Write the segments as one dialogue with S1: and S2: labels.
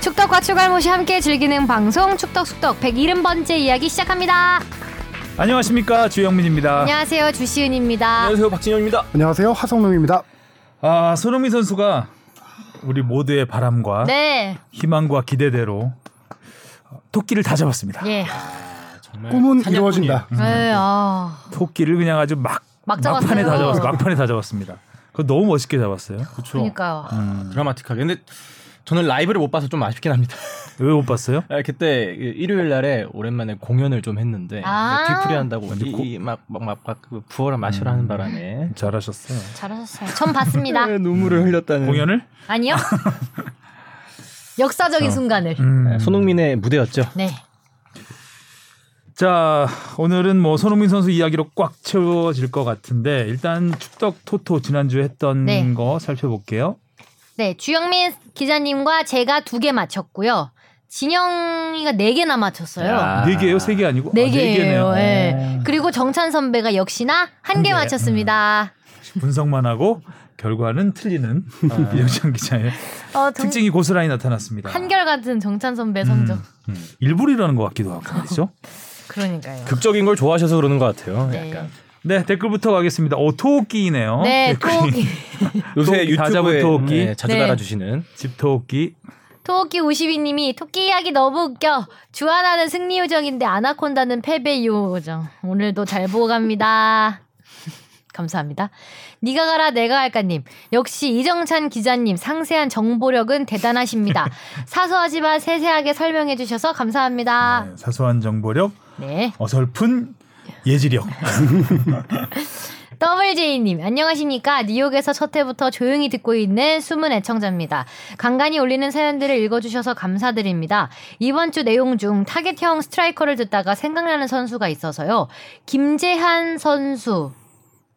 S1: 추가 추갈못이 함께 즐기는 방송 축덕숙덕 170번째 이야기 시작합니다.
S2: 안녕하십니까 주영민입니다.
S1: 안녕하세요. 주시은입니다.
S3: 안녕하세요 박진영입니다.
S4: 안녕하세요 화성룡입니다.
S2: 아 손흥민 선수가 우리 모두의 바람과
S1: 네.
S2: 희망과 기대대로 토끼를 다 잡았습니다.
S1: 예.
S4: 꿈은 이루어진다.
S1: 네, 아.
S2: 토끼를 그냥 아주 막,
S1: 막 잡았어요.
S2: 판에다 잡았어요. 막판에 다 잡았습니다. 그거 너무 멋있게 잡았어요.
S3: 그렇죠.
S1: 그러니까요.
S3: 드라마틱하게. 근데 저는 라이브를 못 봐서 좀 아쉽긴 합니다.
S2: 왜 못 봤어요?
S3: 아, 그때 그 일요일 날에 오랜만에 공연을 좀 했는데
S1: 아.
S3: 뒤풀이 한다고
S2: 완전 고-
S3: 막막막 그 부어라 마셔라 하는 바람에
S2: 잘하셨어요.
S1: 잘하셨어요. 전 봤습니다.
S3: 눈물을 흘렸다는
S2: 공연을?
S1: 아니요. 역사적인 순간을.
S3: 네, 손흥민의 무대였죠.
S1: 네.
S2: 자 오늘은 뭐 손흥민 선수 이야기로 꽉 채워질 것 같은데 일단 축덕 토토 지난주에 했던
S1: 네.
S2: 거 살펴볼게요.
S1: 네, 주영민 기자님과 제가 두 개 맞췄고요. 진영이가 네 개나 맞췄어요.
S3: 야.
S2: 네 개예요, 세 개 아니고?
S1: 네
S2: 아,
S1: 개예요.
S2: 개네요. 어.
S1: 예. 그리고 정찬 선배가 역시나 한 개 맞췄습니다.
S2: 분석만 하고 결과는 틀리는 어,
S3: 음.
S2: 이영찬 기자의
S1: 어, 정-
S2: 특징이 고스란히 나타났습니다.
S1: 한결같은 정찬 선배 성적.
S2: 음, 일부리라는 것 같기도 하고 말이죠.
S1: 그러니까요.
S3: 극적인 걸 좋아하셔서 그러는 것 같아요.
S1: 네.
S3: 약간
S2: 네 댓글부터 가겠습니다. 오 토끼이네요.
S1: 네, 토끼.
S3: 요새
S2: 토끼, 다 잡은
S3: 유튜브에
S2: 토끼.
S3: 네, 자주
S1: 네.
S3: 달아주시는
S2: 집 토끼.
S1: 토끼 52님이 토끼 이야기 너무 웃겨. 주하나는 승리 요정인데 아나콘다는 패배 요정. 오늘도 잘 보고 갑니다. 감사합니다. 니가 가라 내가 할까님. 역시 이정찬 기자님 상세한 정보력은 대단하십니다. 사소하지만 세세하게 설명해 주셔서 감사합니다.
S2: 네, 사소한 정보력,
S1: 네.
S2: 어설픈 예지력.
S1: WJ님, 안녕하십니까. 뉴욕에서 첫 해부터 조용히 듣고 있는 숨은 애청자입니다. 간간히 올리는 사연들을 읽어주셔서 감사드립니다. 이번 주 내용 중 타겟형 스트라이커를 듣다가 생각나는 선수가 있어서요. 김재한 선수.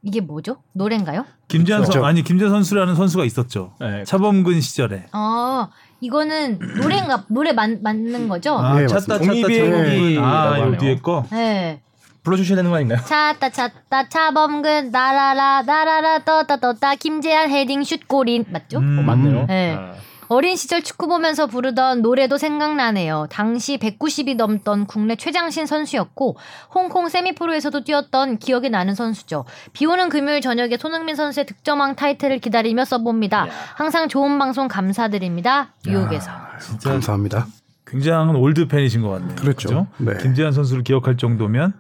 S1: 이게 뭐죠? 노래인가요?
S2: 김재현 선
S4: 그렇죠.
S2: 아니 김재 선수라는 선수가 있었죠.
S3: 네.
S2: 차범근 시절에.
S1: 아, 이거는 노래인가, 노래 맞, 맞는 거죠?
S2: 아,
S4: 예,
S2: 찾다 찾다
S4: 맞습니다.
S3: 네, 공이비의
S2: 차범근.
S3: 공이라고
S2: 아, 요
S3: 하네요.
S2: 뒤에 거.
S1: 네.
S3: 불러주셔야 되는 거 아닌가요?
S1: 찾다 찾다 차범근 나라라 나라라 떴다 떴다 김재한 헤딩 슛 골인 맞죠?
S2: 음.
S3: 어, 맞네요.
S1: 네.
S3: 아.
S1: 어린 시절 축구 보면서 부르던 노래도 생각나네요. 당시 190이 넘던 국내 최장신 선수였고 홍콩 세미프로에서도 뛰었던 기억이 나는 선수죠. 비오는 금요일 저녁에 손흥민 선수의 득점왕 타이틀을 기다리며 써봅니다. 항상 좋은 방송 감사드립니다. 뉴욕에서.
S2: 아, 진짜
S4: 감사합니다.
S2: 굉장한 올드 팬이신 것 같네요.
S4: 그렇죠. 네.
S2: 김재현 선수를 기억할 정도면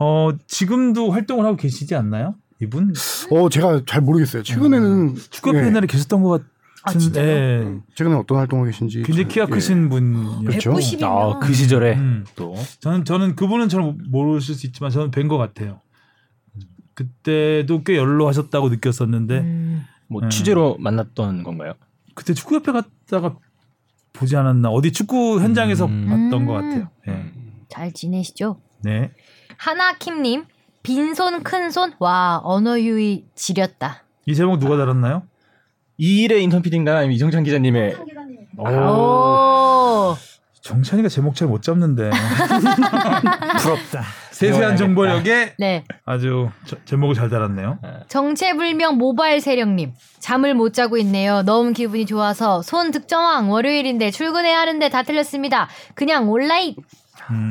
S2: 어 지금도 활동을 하고 계시지 않나요? 이분
S4: 어 제가 잘 모르겠어요. 최근에는
S2: 음, 축구
S4: 예,
S2: 팬날에 계셨던 것 같은.
S1: 아, 진짜요?
S2: 예.
S4: 최근에 어떤 활동을 계신지
S2: 굉장히 키가
S4: 음. 예.
S2: 크신 분이었죠.
S4: 그렇죠.
S1: 190이면
S3: 아, 그 시절에
S2: 음.
S3: 또
S2: 저는 저는 그분은 잘 모르실 수 있지만 저는 뵌 것 같아요. 그때도 꽤 연로하셨다고 느꼈었는데
S3: 뭐
S2: 음.
S3: 취재로 만났던 건가요?
S2: 그때 축구협회 갔다가 보지 않았나 어디 축구 현장에서
S3: 음.
S2: 봤던
S1: 음.
S2: 것 같아요. 예.
S1: 잘 지내시죠?
S2: 네.
S1: 하나킴님 빈손 큰손 와 언어 유희 지렸다.
S2: 이 제목 누가 달았나요?
S3: 이일의 인턴 PD인가 아니면 이정찬 기자님의 아,
S1: 오.
S2: 정찬이가 제목 잘 못 잡는데 부럽다. 세세한
S3: 배워야겠다.
S2: 정보력에
S1: 네.
S2: 네. 아주 저- 제목을 잘 달았네요.
S1: 정체불명 모바일 세령님 잠을 못 자고 있네요. 너무 기분이 좋아서 손 득점왕 월요일인데 출근해야 하는데 다 틀렸습니다. 그냥 온라인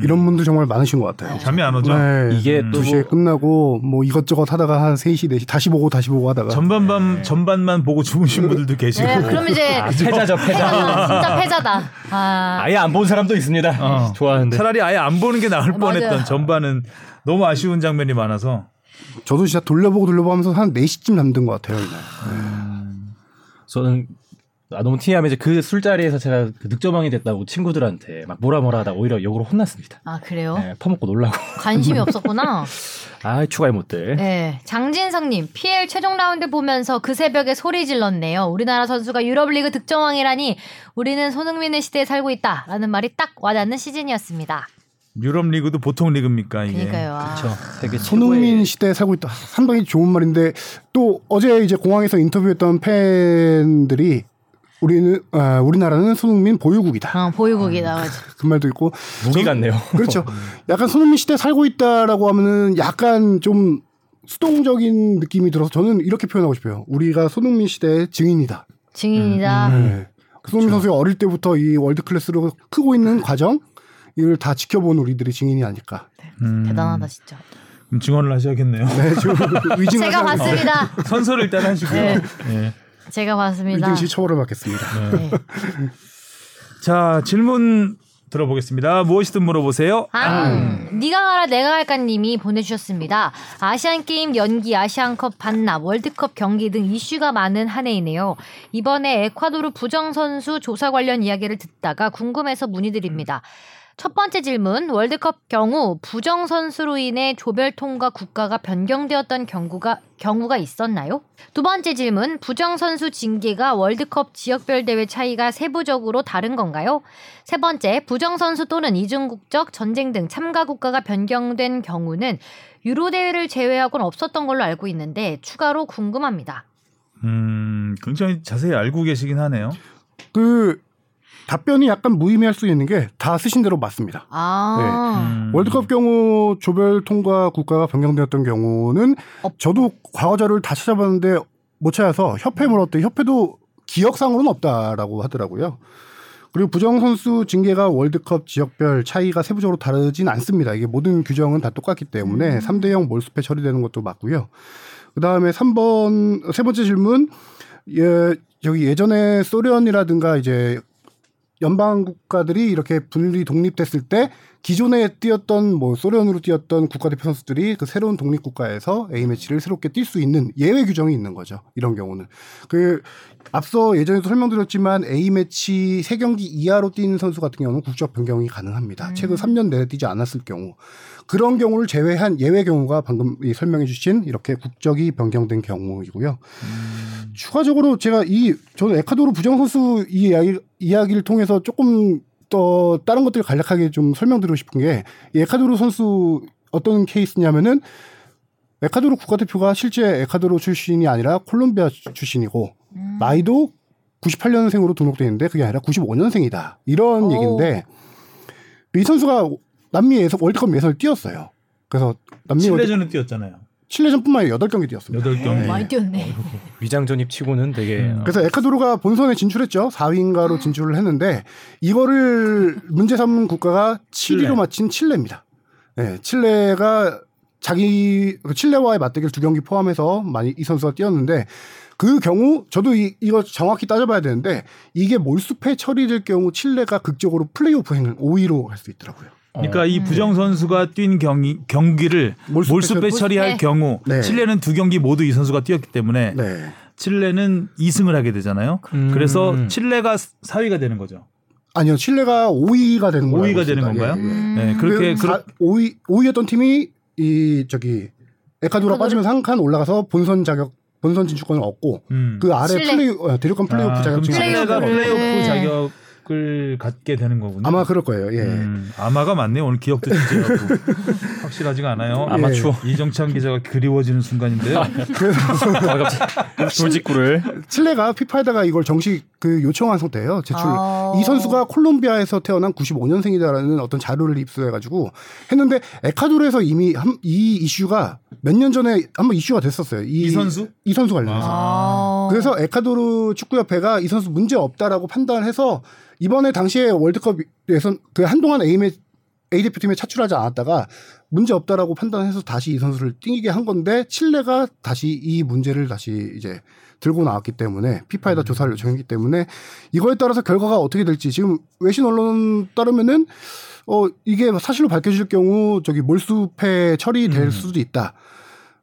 S4: 이런 분들 정말 많으신 것 같아요.
S2: 잠이 안 오죠?
S4: 네.
S3: 이게 또
S4: 2시에 끝나고 뭐 이것저것 하다가 한 3시 4시 다시 보고 다시 보고 하다가
S2: 전반만 전반만 보고 주무신 분들도 계시고.
S1: 네, 그럼 이제
S3: 아, 패자죠 패자.
S1: 패자다 진짜 패자다. 아
S3: 아예 안 본 사람도 있습니다.
S2: 어.
S3: 좋아하는데.
S2: 차라리 아예 안 보는 게 나을
S1: 맞아요.
S2: 뻔했던 전반은 너무 아쉬운 장면이 많아서
S4: 저도 진짜 돌려보고 돌려보고 하면서 한 4시쯤 남든 것 같아요. 이날.
S3: 저는 아, 너무 티하면 이제 그 술자리에서 제가 그 늑저방이 됐다고 친구들한테 막 뭐라 뭐라 하다 오히려 욕으로 혼났습니다.
S1: 아, 그래요?
S3: 네, 퍼먹고 놀라고.
S1: 관심이 없었구나.
S3: 아 추가해 못돼.
S1: 네, 장진성님 PL 최종 라운드 보면서 그 새벽에 소리 질렀네요. 우리나라 선수가 유럽리그 득점왕이라니 우리는 손흥민의 시대에 살고 있다라는 말이 딱 와닿는 시즌이었습니다.
S2: 유럽 리그도 보통 리그입니까 이게?
S1: 그러니까요. 아.
S3: 그렇죠. 되게
S4: 손흥민 시대에 살고 있다. 상당히 좋은 말인데 또 어제 이제 공항에서 인터뷰했던 팬들이 우리는 아, 우리나라는 손흥민 보유국이다.
S1: 어,
S3: 음.
S1: 보유국이다. 맞아.
S4: 그 말도 있고
S3: 무기 같네요.
S4: 그렇죠. 약간 손흥민 시대에 살고 있다라고 하면은 약간 좀 수동적인 느낌이 들어서 저는 이렇게 표현하고 싶어요. 우리가 손흥민 시대의 증인이다.
S3: 음,
S1: 증인이다.
S4: 네. 손흥민 선수의 어릴 때부터 이 월드 클래스로 크고 있는 과정 이걸 다 지켜본 우리들이 증인이 아닐까.
S2: 음,
S1: 대단하다 진짜.
S2: 그럼 음, 증언을 하셔야겠네요.
S4: 네, 지금 위증
S1: 제가 봤습니다.
S2: 선서를 일단 하시고.
S1: 네.
S2: 예.
S1: 제가 봤습니다.
S4: 위증시 처벌을 받겠습니다.
S1: 네.
S2: 자 질문 들어보겠습니다. 무엇이든 물어보세요.
S1: 아. 앙. 니가 가라 내가 할까님이 보내주셨습니다. 아시안 게임 연기, 아시안컵 반납, 월드컵 경기 등 이슈가 많은 한 해이네요. 이번에 에콰도르 부정 선수 조사 관련 이야기를 듣다가 궁금해서 문의드립니다. 첫 번째 질문, 월드컵 경우 부정 선수로 인해 조별 통과 국가가 변경되었던 경우가 경우가 있었나요? 두 번째 질문, 부정 선수 징계가 월드컵 지역별 대회 차이가 세부적으로 다른 건가요? 세 번째, 부정선수 또는 이중국적, 전쟁 등 참가 국가가 변경된 경우는 유로 대회를 제외하고는 없었던 걸로 알고 있는데 추가로 궁금합니다.
S2: 음, 굉장히 자세히 알고 계시긴 하네요.
S4: 그 답변이 약간 무의미할 수 있는 게 다 쓰신 대로 맞습니다.
S1: 아,
S4: 네.
S2: 음.
S4: 월드컵 경우 조별 통과 국가가 변경되었던 경우는
S1: 없-
S4: 저도 과거 자료를 다 찾아봤는데 못 찾아서 협회 물었더니 협회도 기억상으로는 없다라고 하더라고요. 그리고 부정 선수 징계가 월드컵 지역별 차이가 세부적으로 다르진 않습니다. 이게 모든 규정은 다 똑같기 때문에 삼 3대 0 몰수패 처리되는 것도 맞고요. 그다음에 3번 세 번째 질문 예, 여기 예전에 소련이라든가 이제 연방 국가들이 이렇게 분리 독립됐을 때 기존에 뛰었던 뭐 소련으로 뛰었던 국가대표 선수들이 그 새로운 독립 국가에서 A 매치를 새롭게 뛸 수 있는 예외 규정이 있는 거죠. 이런 경우는 그 앞서 예전에도 설명드렸지만 A 매치 세 경기 이하로 뛰는 선수 같은 경우는 국적 변경이 가능합니다. 최근 3년 내에 뛰지 않았을 경우 그런 경우를 제외한 예외 경우가 방금 이 설명해주신 이렇게 국적이 변경된 경우이고요. 추가적으로 제가 이 저는 에콰도르 부정 선수 이 이야기, 이야기를 통해서 조금 더 다른 것들을 간략하게 좀 설명드리고 싶은 게이 에콰도르 선수 어떤 케이스냐면은 에콰도르 국가대표가 실제 에콰도르 출신이 아니라 콜롬비아 주- 출신이고
S1: 음.
S4: 나이도 98년생으로 등록돼 있는데 그게 아니라 95년생이다 이런
S1: 오.
S4: 얘기인데 이 선수가 남미 예선 월드컵 예선을 뛰었어요. 그래서 남미 월드-
S2: 칠레전은 뛰었잖아요.
S4: 칠레전뿐만 아니라 8경기 뛰었습니다.
S2: 여덟 경기.
S1: 음. 많이
S4: 어,
S1: 뛰었네.
S3: 위장 전입 치고는 되게 어.
S2: 음.
S4: 그래서 에콰도르가 본선에 진출했죠. 4위인가로 진출을 했는데 이거를 문제 삼은 국가가 7위로
S2: 칠레.
S4: 마친 칠레입니다. 네, 칠레가 자기 그 칠레와의 맞대결 두 경기 포함해서 많이 이 선수가 뛰었는데 그 경우 저도 이, 이거 정확히 따져봐야 되는데 이게 몰수패 처리될 경우 칠레가 극적으로 플레이오프 행을 5위로 갈 수 있더라고요.
S2: 그러니까
S1: 음.
S2: 이 부정 선수가 뛴 경기 경기를
S4: 몰수패
S2: 몰수패
S4: 처리-
S2: 처리할
S1: 몰수패.
S2: 경우
S4: 네.
S2: 칠레는 두 경기 모두 이 선수가 뛰었기 때문에
S4: 네.
S2: 칠레는 2승을 하게 되잖아요.
S3: 음.
S2: 그래서 칠레가 4위가 되는 거죠.
S4: 아니요. 칠레가 5위가 되는 거예요.
S2: 5위가 되는 건가요?
S1: 음.
S2: 네, 그렇게
S4: 그
S2: 그렇-
S4: 5위 5위였던 팀이 이 저기 에콰도르
S1: 에콰도르.
S4: 빠지면서 한 칸 올라가서 본선 자격 본선 진출권을 얻고
S2: 음.
S4: 그 아래
S1: 칠레.
S4: 플레이 어, 대륙간 플레이오프
S2: 아, 그럼
S4: 자격증 뭐-
S2: 칠레가 플레이오프
S1: 네.
S2: 자격을 갖게 되는 거군요.
S4: 아마 그럴 거예요. 예.
S2: 음, 아마가 맞네요. 오늘 기억도 진지하고 확실하지가 않아요.
S4: 예.
S3: 아마추어.
S2: 이정찬 기자가 그리워지는 순간인데요.
S4: 아,
S3: 아, 돌직구를
S4: 칠레가 피파에다가 이걸 정식 그 요청한 상태예요. 제출.
S1: 아.
S4: 이 선수가 콜롬비아에서 태어난 95년생이다라는 어떤 자료를 입수해가지고 했는데 에콰도르에서 이미 한- 이 이슈가 몇 년 전에 한번 이슈가 됐었어요. 이,
S2: 이 선수?
S4: 이 선수 관련해서.
S1: 아.
S4: 그래서 에콰도르 축구협회가 이 선수 문제 없다라고 판단해서 이번에 당시에 월드컵 예선 그 한동안 A매 A 대표팀에 차출하지 않았다가 문제 없다라고 판단해서 다시 이 선수를 뛰게 한 건데 칠레가 다시 이 문제를 다시 이제 들고 나왔기 때문에 피파에다 조사를 요청했기 때문에 이거에 따라서 결과가 어떻게 될지 지금 외신 언론 따르면은 어 이게 사실로 밝혀질 경우 저기 몰수패 처리될
S2: 음.
S4: 수도 있다.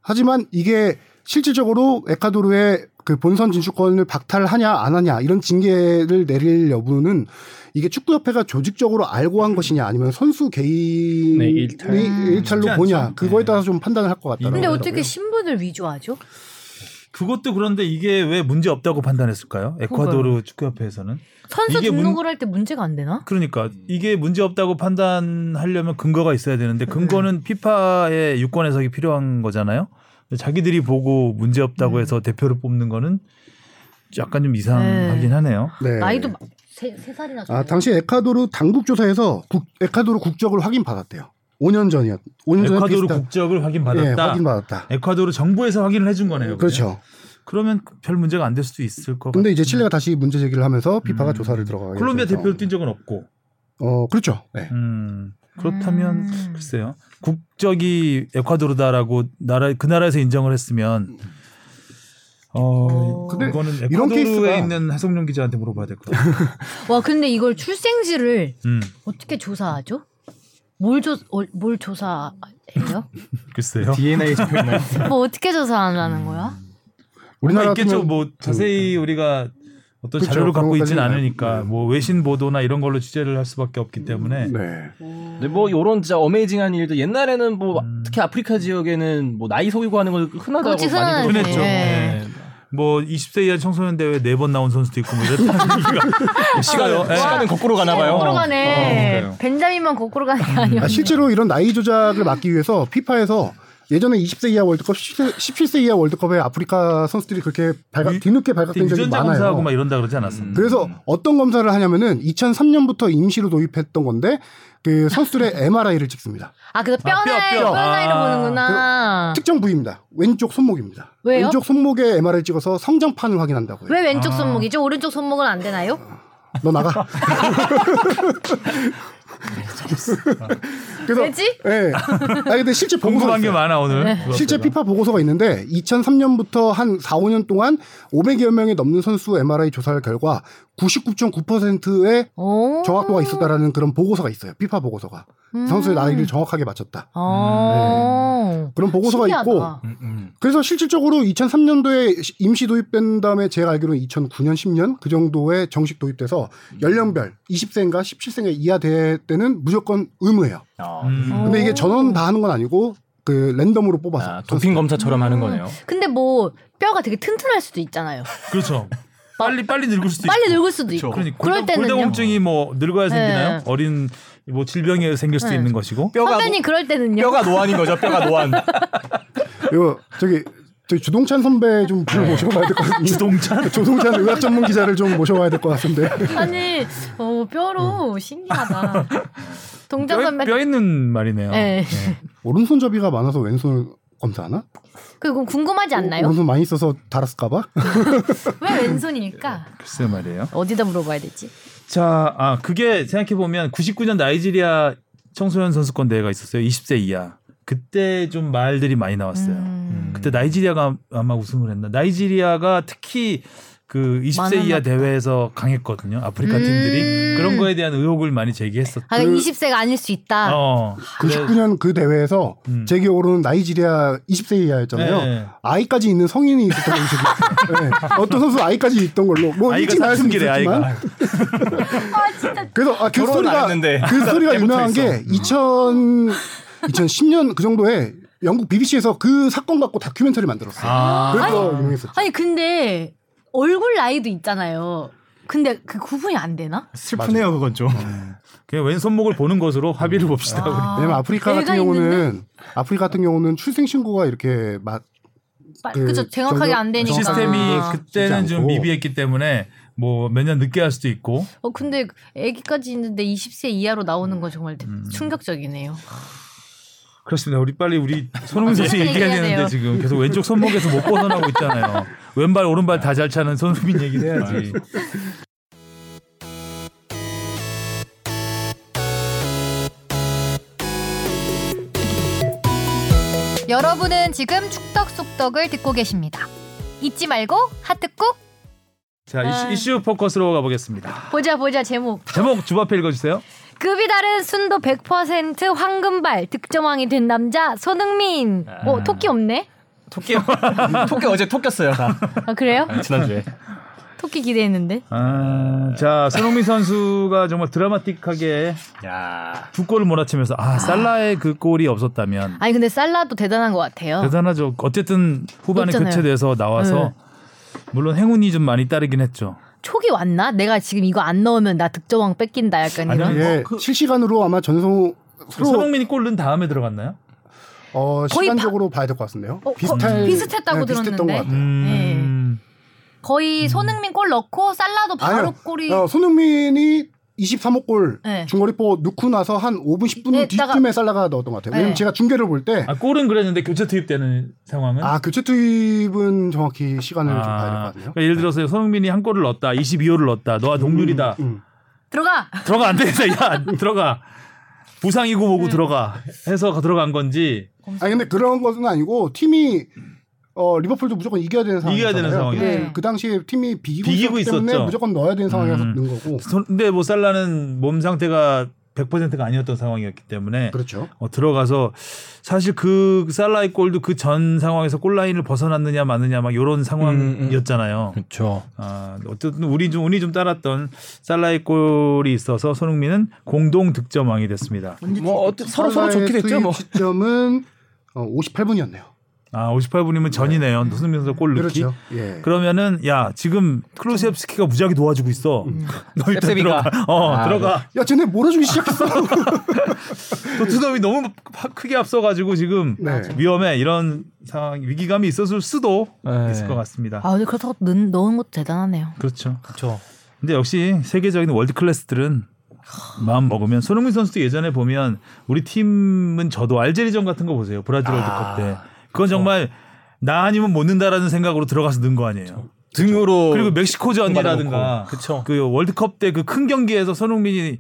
S4: 하지만 이게 실질적으로 에콰도르의 그 본선 진출권을 박탈하냐 안 하냐 이런 징계를 내릴 여부는 이게 축구협회가 조직적으로 알고 한 것이냐 아니면 선수 개인이
S3: 네, 일탈.
S4: 일탈로
S2: 쉽지
S4: 보냐
S2: 않죠.
S4: 그거에
S2: 네.
S4: 따라서 좀 판단을 할 것 같다.
S1: 근데 어떻게 신분을 위조하죠?
S2: 그것도 그런데 이게 왜 문제 없다고 판단했을까요? 에콰도르 축구협회에서는
S1: 선수
S2: 이게 문-
S1: 등록을 할 때 문제가 안 되나?
S2: 그러니까
S4: 음.
S2: 이게 문제 없다고 판단하려면 근거가 있어야
S4: 네.
S2: 되는데 근거는 피파의 유권 해석이 필요한 거잖아요. 근데 자기들이 보고 문제
S4: 음.
S2: 없다고 해서 대표를 뽑는 거는 약간 좀 이상하긴
S1: 네.
S2: 하네요.
S4: 네.
S1: 나이도 막- 세, 세 살이나
S4: 아
S1: 적어요.
S4: 당시 에콰도르 당국 조사에서 국- 에콰도르 국적을 확인 받았대요. 5년 전이었. 5년 전에
S2: 에콰도르
S4: 음, 비슷한-
S2: 국적을
S4: 예,
S2: 확인받았다.
S4: 확인 받았다.
S2: 에콰도르 정부에서 확인을 해준 거네요. 그죠?
S4: 그렇죠.
S2: 그러면 별 문제가 안 될 수도 있을 것
S4: 근데
S2: 같아요.
S4: 이제 칠레가 다시 문제 제기를 하면서 피파가
S2: 음.
S4: 조사를 들어가요.
S2: 콜롬비아 대표로 뛴 적은 없고.
S4: 어 그렇죠. 네.
S2: 음, 그렇다면
S1: 음.
S2: 글쎄요. 국적이 에콰도르다라고 나라 그 나라에서 인정을 했으면 어,
S1: 어. 근데
S2: 그거는
S4: 이런
S2: 에콰도르에
S4: 케이스가-
S2: 있는 해성룡 기자한테 물어봐야 될 것 같아요.
S1: 와 근데 이걸 출생지를
S2: 음,
S1: 어떻게 조사하죠? 뭘, 조, 어, 뭘 조사해요?
S2: 글쎄요.
S3: DNA 지표나
S1: 뭐 어떻게 조사하는 거야?
S2: 우리나라
S4: 우리나라
S2: 있겠죠.
S4: 같으면 네. 그렇죠.
S2: 뭐 자세히 우리가 어떤
S4: 그쵸,
S2: 자료를 갖고 있지는
S4: 그런 것까지는
S2: 않으니까
S4: 네.
S2: 뭐 외신 보도나 이런 걸로 취재를 할 수밖에 없기 때문에
S4: 네.
S3: 근데 뭐 요런 진짜 어메이징한 일들 옛날에는 뭐
S2: 음.
S3: 특히 아프리카 지역에는 뭐 나이 속이고 하는 건 흔하다고
S1: 그렇지,
S3: 많이
S1: 흔하지.
S3: 들었죠. 네.
S1: 예.
S2: 뭐 20세 이하 청소년 대회 네 번 나온 선수도 있고 뭐 이랬다는 얘기가 시가요.
S1: 아,
S3: 시간은, 시간은 거꾸로 가나 네, 봐요.
S1: 네. 거꾸로
S2: 어,
S1: 가네.
S2: 그래요.
S1: 벤자민만 거꾸로 가는 게 아니야.
S4: 아, 실제로 이런 나이 조작을 막기 위해서 피파에서 예전에 20세 이하 월드컵, 17세, 17세 이하 월드컵에 아프리카 선수들이 그렇게 발각,
S2: 유-
S4: 뒤늦게 발각된 적이
S2: 유전자
S4: 많아요. 음.
S2: 검사하고 막 음. 이런다 그러지 않았습니까?
S4: 그래서 어떤 검사를 하냐면은 2003년부터 임시로 도입했던 건데 그 선수들의 MRI를 찍습니다.
S1: 아, 그래서 뼈
S2: 아, 뼈,
S1: 나이,
S2: 뼈.
S1: 뼈 나이로
S2: 아,
S1: 보는구나.
S4: 특정 부위입니다. 왼쪽 손목입니다.
S1: 왜요?
S4: 왼쪽 손목에 MRI를 찍어서 성장판을 확인한다고요.
S1: 왜 왼쪽
S2: 아.
S1: 손목이죠? 오른쪽 손목은 안 되나요?
S4: 너 나가. 그래서
S1: 왜지?
S4: 예. 아 근데 실제 보고서가
S2: 궁금한 게
S4: 있어요.
S2: 많아 오늘. 그거
S4: 실제
S2: 제가.
S4: 피파 보고서가 있는데 2003년부터 한 4, 5년 동안 500여 명이 넘는 선수 MRI 조사를 결과 99.9%의
S1: 오.
S4: 정확도가 있었다라는 그런 보고서가 있어요. 피파 보고서가
S1: 음.
S4: 선수의 나이를 정확하게 맞췄다.
S1: 어.
S4: 그런 네. 보고서가
S1: 신기하다.
S4: 있고
S3: 음, 음.
S4: 그래서 실질적으로 2003년도에 임시 도입된 다음에 제가 알기로는 2009년, 10년 그 정도에 정식 도입돼서 연령별 20세인가 17세인가 이하 대회 때는 무조건 의무예요.
S3: 아,
S2: 음.
S4: 근데
S1: 오.
S4: 이게 전원 다 하는 건 아니고 그 랜덤으로 뽑아서
S3: 아, 도핑 검사처럼 하는 거네요.
S1: 근데 뭐 뼈가 되게 튼튼할 수도 있잖아요.
S2: 그렇죠. 빨리 빨리 늙을 수도
S1: 빨리
S2: 있고.
S1: 늙을 수도 있고.
S3: 그렇죠.
S2: 그러니까
S1: 그럴
S2: 골다-
S1: 때는요?
S2: 골다공증이 뭐 늙어야 생기나요?
S1: 네.
S2: 어린 뭐 질병에 의해 생길 수도
S1: 네.
S2: 있는 것이고.
S3: 뼈가
S1: 선배님 그럴 때는요.
S3: 뼈가 노안인 거죠. 뼈가 노안.
S4: 이거 저기 저기 주동찬 선배 좀 불러 모셔봐야 될 것 같은데
S2: 네. 주동찬?
S4: 주동찬 의학 전문 기자를 좀 모셔봐야 될 것 같은데
S1: 아니, 어, 뼈로 신기하다. 동장
S2: 뼈,
S1: 선배.
S2: 뼈 있는 말이네요.
S1: 예.
S4: 오른손 접이가 많아서 왼손을 검사하나?
S1: 그리고 궁금하지 않나요?
S4: 오른손 많이 써서 달았을까봐?
S1: 왜 왼손일까?
S2: 글쎄 말이에요.
S1: 어디다 물어봐야 되지?
S2: 자, 아 그게 생각해 보면 99년 나이지리아 청소년 선수권 대회가 있었어요. 20세 이하. 그때 좀 말들이 많이 나왔어요.
S1: 음.
S2: 그때 나이지리아가 아마 우승을 했나? 나이지리아가 특히 그 20세
S1: 많았나
S2: 이하
S1: 보다.
S2: 대회에서 강했거든요. 아프리카
S1: 음.
S2: 팀들이 그런 거에 대한 의혹을 많이 제기했었.
S1: 아,
S4: 그-
S1: 20세가 아닐 수 있다.
S2: 어.
S4: 99년 그 대회에서
S2: 음.
S4: 제 기억으로는 나이지리아 20세 이하였잖아요.
S2: 네.
S4: 아이까지 있는 성인이 있었던 걸로 기억이 있어요. 네. 어떤 선수 아이까지 있던 걸로 뭐
S2: 아이가
S4: 일찍 나을 수는
S2: 사춘기래, 아이가.
S4: 있었지만 그래서 아, 그
S3: 결혼 안
S4: 소리가
S3: 했는데.
S4: 그 소리가
S3: 때부터
S4: 유명한
S3: 있어. 음.
S4: 게 2000, 2010년 그 정도에 영국 BBC에서 그 사건 갖고 다큐멘터리 만들었어요.
S2: 아.
S4: 그래서 유명했었죠.
S1: 아니, 근데 얼굴 나이도 있잖아요. 근데 그 구분이 안 되나?
S3: 슬프네요 그건 좀.
S2: 그냥 왼손목을 보는 것으로 합의를 봅시다. 우리.
S1: 아,
S4: 왜냐면 아프리카
S1: 애가
S4: 같은 경우는 아프리카 같은 경우는 출생 신고가 이렇게 막
S1: 빨-
S4: 그
S1: 그죠 정확하게
S4: 정도-
S1: 안 되니까 아,
S2: 시스템이 그때는
S4: 쉽지
S2: 좀
S4: 않고.
S2: 미비했기 때문에 뭐 몇 년 늦게 할 수도 있고
S1: 어 근데 아기까지 있는데 20세 이하로 나오는 건 정말 대-
S2: 음.
S1: 충격적이네요.
S2: 그렇습니다. 우리 빨리 우리 손흥민 선수
S1: 아, 손흥민
S2: 얘기해야
S1: 얘기해야
S2: 되는데
S1: 돼요.
S2: 지금 계속 왼쪽 손목에서 못 벗어나고 있잖아요. 왼발 오른발 다 잘 차는 손흥민 얘기를 해야지.
S5: 여러분은 지금 축덕 속덕을 듣고 계십니다. 잊지 말고 하트 꾹.
S2: 자
S1: 아.
S2: 이슈, 이슈 포커스로 가보겠습니다.
S1: 보자 보자 제목
S2: 제목 주 앞에 읽어주세요.
S1: 급이 다른 순도 100% 황금발 득점왕이 된 남자 손흥민. 어 토끼 없네?
S3: 토끼 토끼 어제 토꼈어요. 다.
S1: 아 그래요?
S3: 지난주에.
S1: 토끼 기대했는데.
S2: 아, 자 손흥민 선수가 정말 드라마틱하게
S3: 야.
S2: 두 골을 몰아치면서 아 살라의 그 골이 없었다면
S1: 아니 근데 살라도 대단한 것 같아요.
S2: 대단하죠. 어쨌든 후반에
S1: 없잖아요. 네.
S2: 교체돼서 나와서 물론 행운이 좀 많이 따르긴 했죠.
S1: 촉이 왔나? 내가 지금 이거 안 넣으면 나 득점왕 뺏긴다 약간
S2: 아니면
S1: 이런.
S4: 예, 실시간으로 아마 전송 그 서로
S2: 손흥민이 골 넣은 다음에 들어갔나요?
S4: 어,
S1: 그 거의
S4: 시간적으로 봐야 될 것 같은데요.
S1: 어, 거-
S4: 비슷할, 네,
S1: 비슷했다고
S4: 비슷했던
S1: 들었는데.
S4: 것 같아요.
S2: 음.
S1: 네. 거의 손흥민 골 넣고 살라도 바로
S4: 아니요.
S1: 골이
S4: 어, 손흥민이 23호 골
S1: 네.
S4: 중거리포 넣고 나서 한 5분 10분
S1: 네,
S4: 뒤쯤에 살라가 넣었던 것 같아요.
S1: 네.
S4: 왜냐면 제가 중계를 볼 때 아
S2: 아, 골은 그랬는데 교체 투입되는 상황은
S4: 교체 투입은 그 정확히 시간을 좀 봐야 될 것
S2: 아,
S4: 아, 같네요.
S2: 그러니까 예를 들어서 손흥민이 한 골을 넣었다. 22호를 넣었다. 너와 동률이다.
S4: 음.
S1: 들어가.
S2: 들어가 안 되겠다. 야, 들어가. 부상이고
S1: 네.
S2: 뭐고 들어가. 해서 들어간 건지
S4: 아니 근데 그런 것은 아니고 팀이 어 리버풀도 무조건 이겨야 되는 상황
S2: 이겨야 되는 상황이죠.
S1: 네.
S4: 그 당시에 팀이 비기고,
S2: 비기고
S4: 있었기 때문에
S2: 있었죠.
S4: 무조건 넣어야 되는 상황이어서
S2: 음.
S4: 넣은 거고
S2: 손- 근데 모살라는 몸 상태가 100%가 아니었던 상황이었기 때문에
S4: 그렇죠.
S2: 어, 들어가서 사실 그 살라의 골도 그 전 상황에서 골라인을 벗어났느냐 마느냐 막 이런 상황이었잖아요.
S3: 그렇죠.
S2: 아, 어쨌든 우리 좀 운이 좀 따랐던 살라의 골이 있어서 손흥민은 공동 득점왕이 됐습니다.
S3: 뭐 어때- 서로 서로 좋게
S4: 설라의
S3: 됐죠. 뭐
S4: 투입 시점은 어, 58분이었네요.
S2: 아, 58분이면 전이네요. 손흥민 선수 골 넣기.
S4: 그렇죠. 예.
S2: 그러면은야 지금 클로셉스키가 무지하게 도와주고 있어.
S4: 음.
S2: 너 일단
S3: 셉셉이가.
S2: 들어가. 어
S3: 아,
S2: 들어가.
S4: 야, 쟤네 몰아주기 시작했어.
S3: 네.
S2: 토트넘이 너무 파- 크게 앞서가지고 지금
S4: 네.
S2: 위험해 이런 상황 위기감이 있었을 수도
S3: 네.
S2: 있을 것 같습니다.
S1: 아, 근데 그렇다고 넣은, 넣은 것도 대단하네요.
S2: 그렇죠.
S3: 그렇죠.
S2: 근데 역시 세계적인 월드 클래스들은 마음 먹으면 손흥민 선수도 예전에 보면 우리 팀은 저도 알제리전 같은 거 보세요. 브라질 월드컵 때. 아, 그건 정말 나 아니면 못 넣는다라는 생각으로 들어가서 넣은 거 아니에요.
S3: 등으로
S2: 그리고 그렇죠. 멕시코전이라든가
S3: 그쵸.
S2: 그 월드컵 때 그 큰 경기에서 손흥민이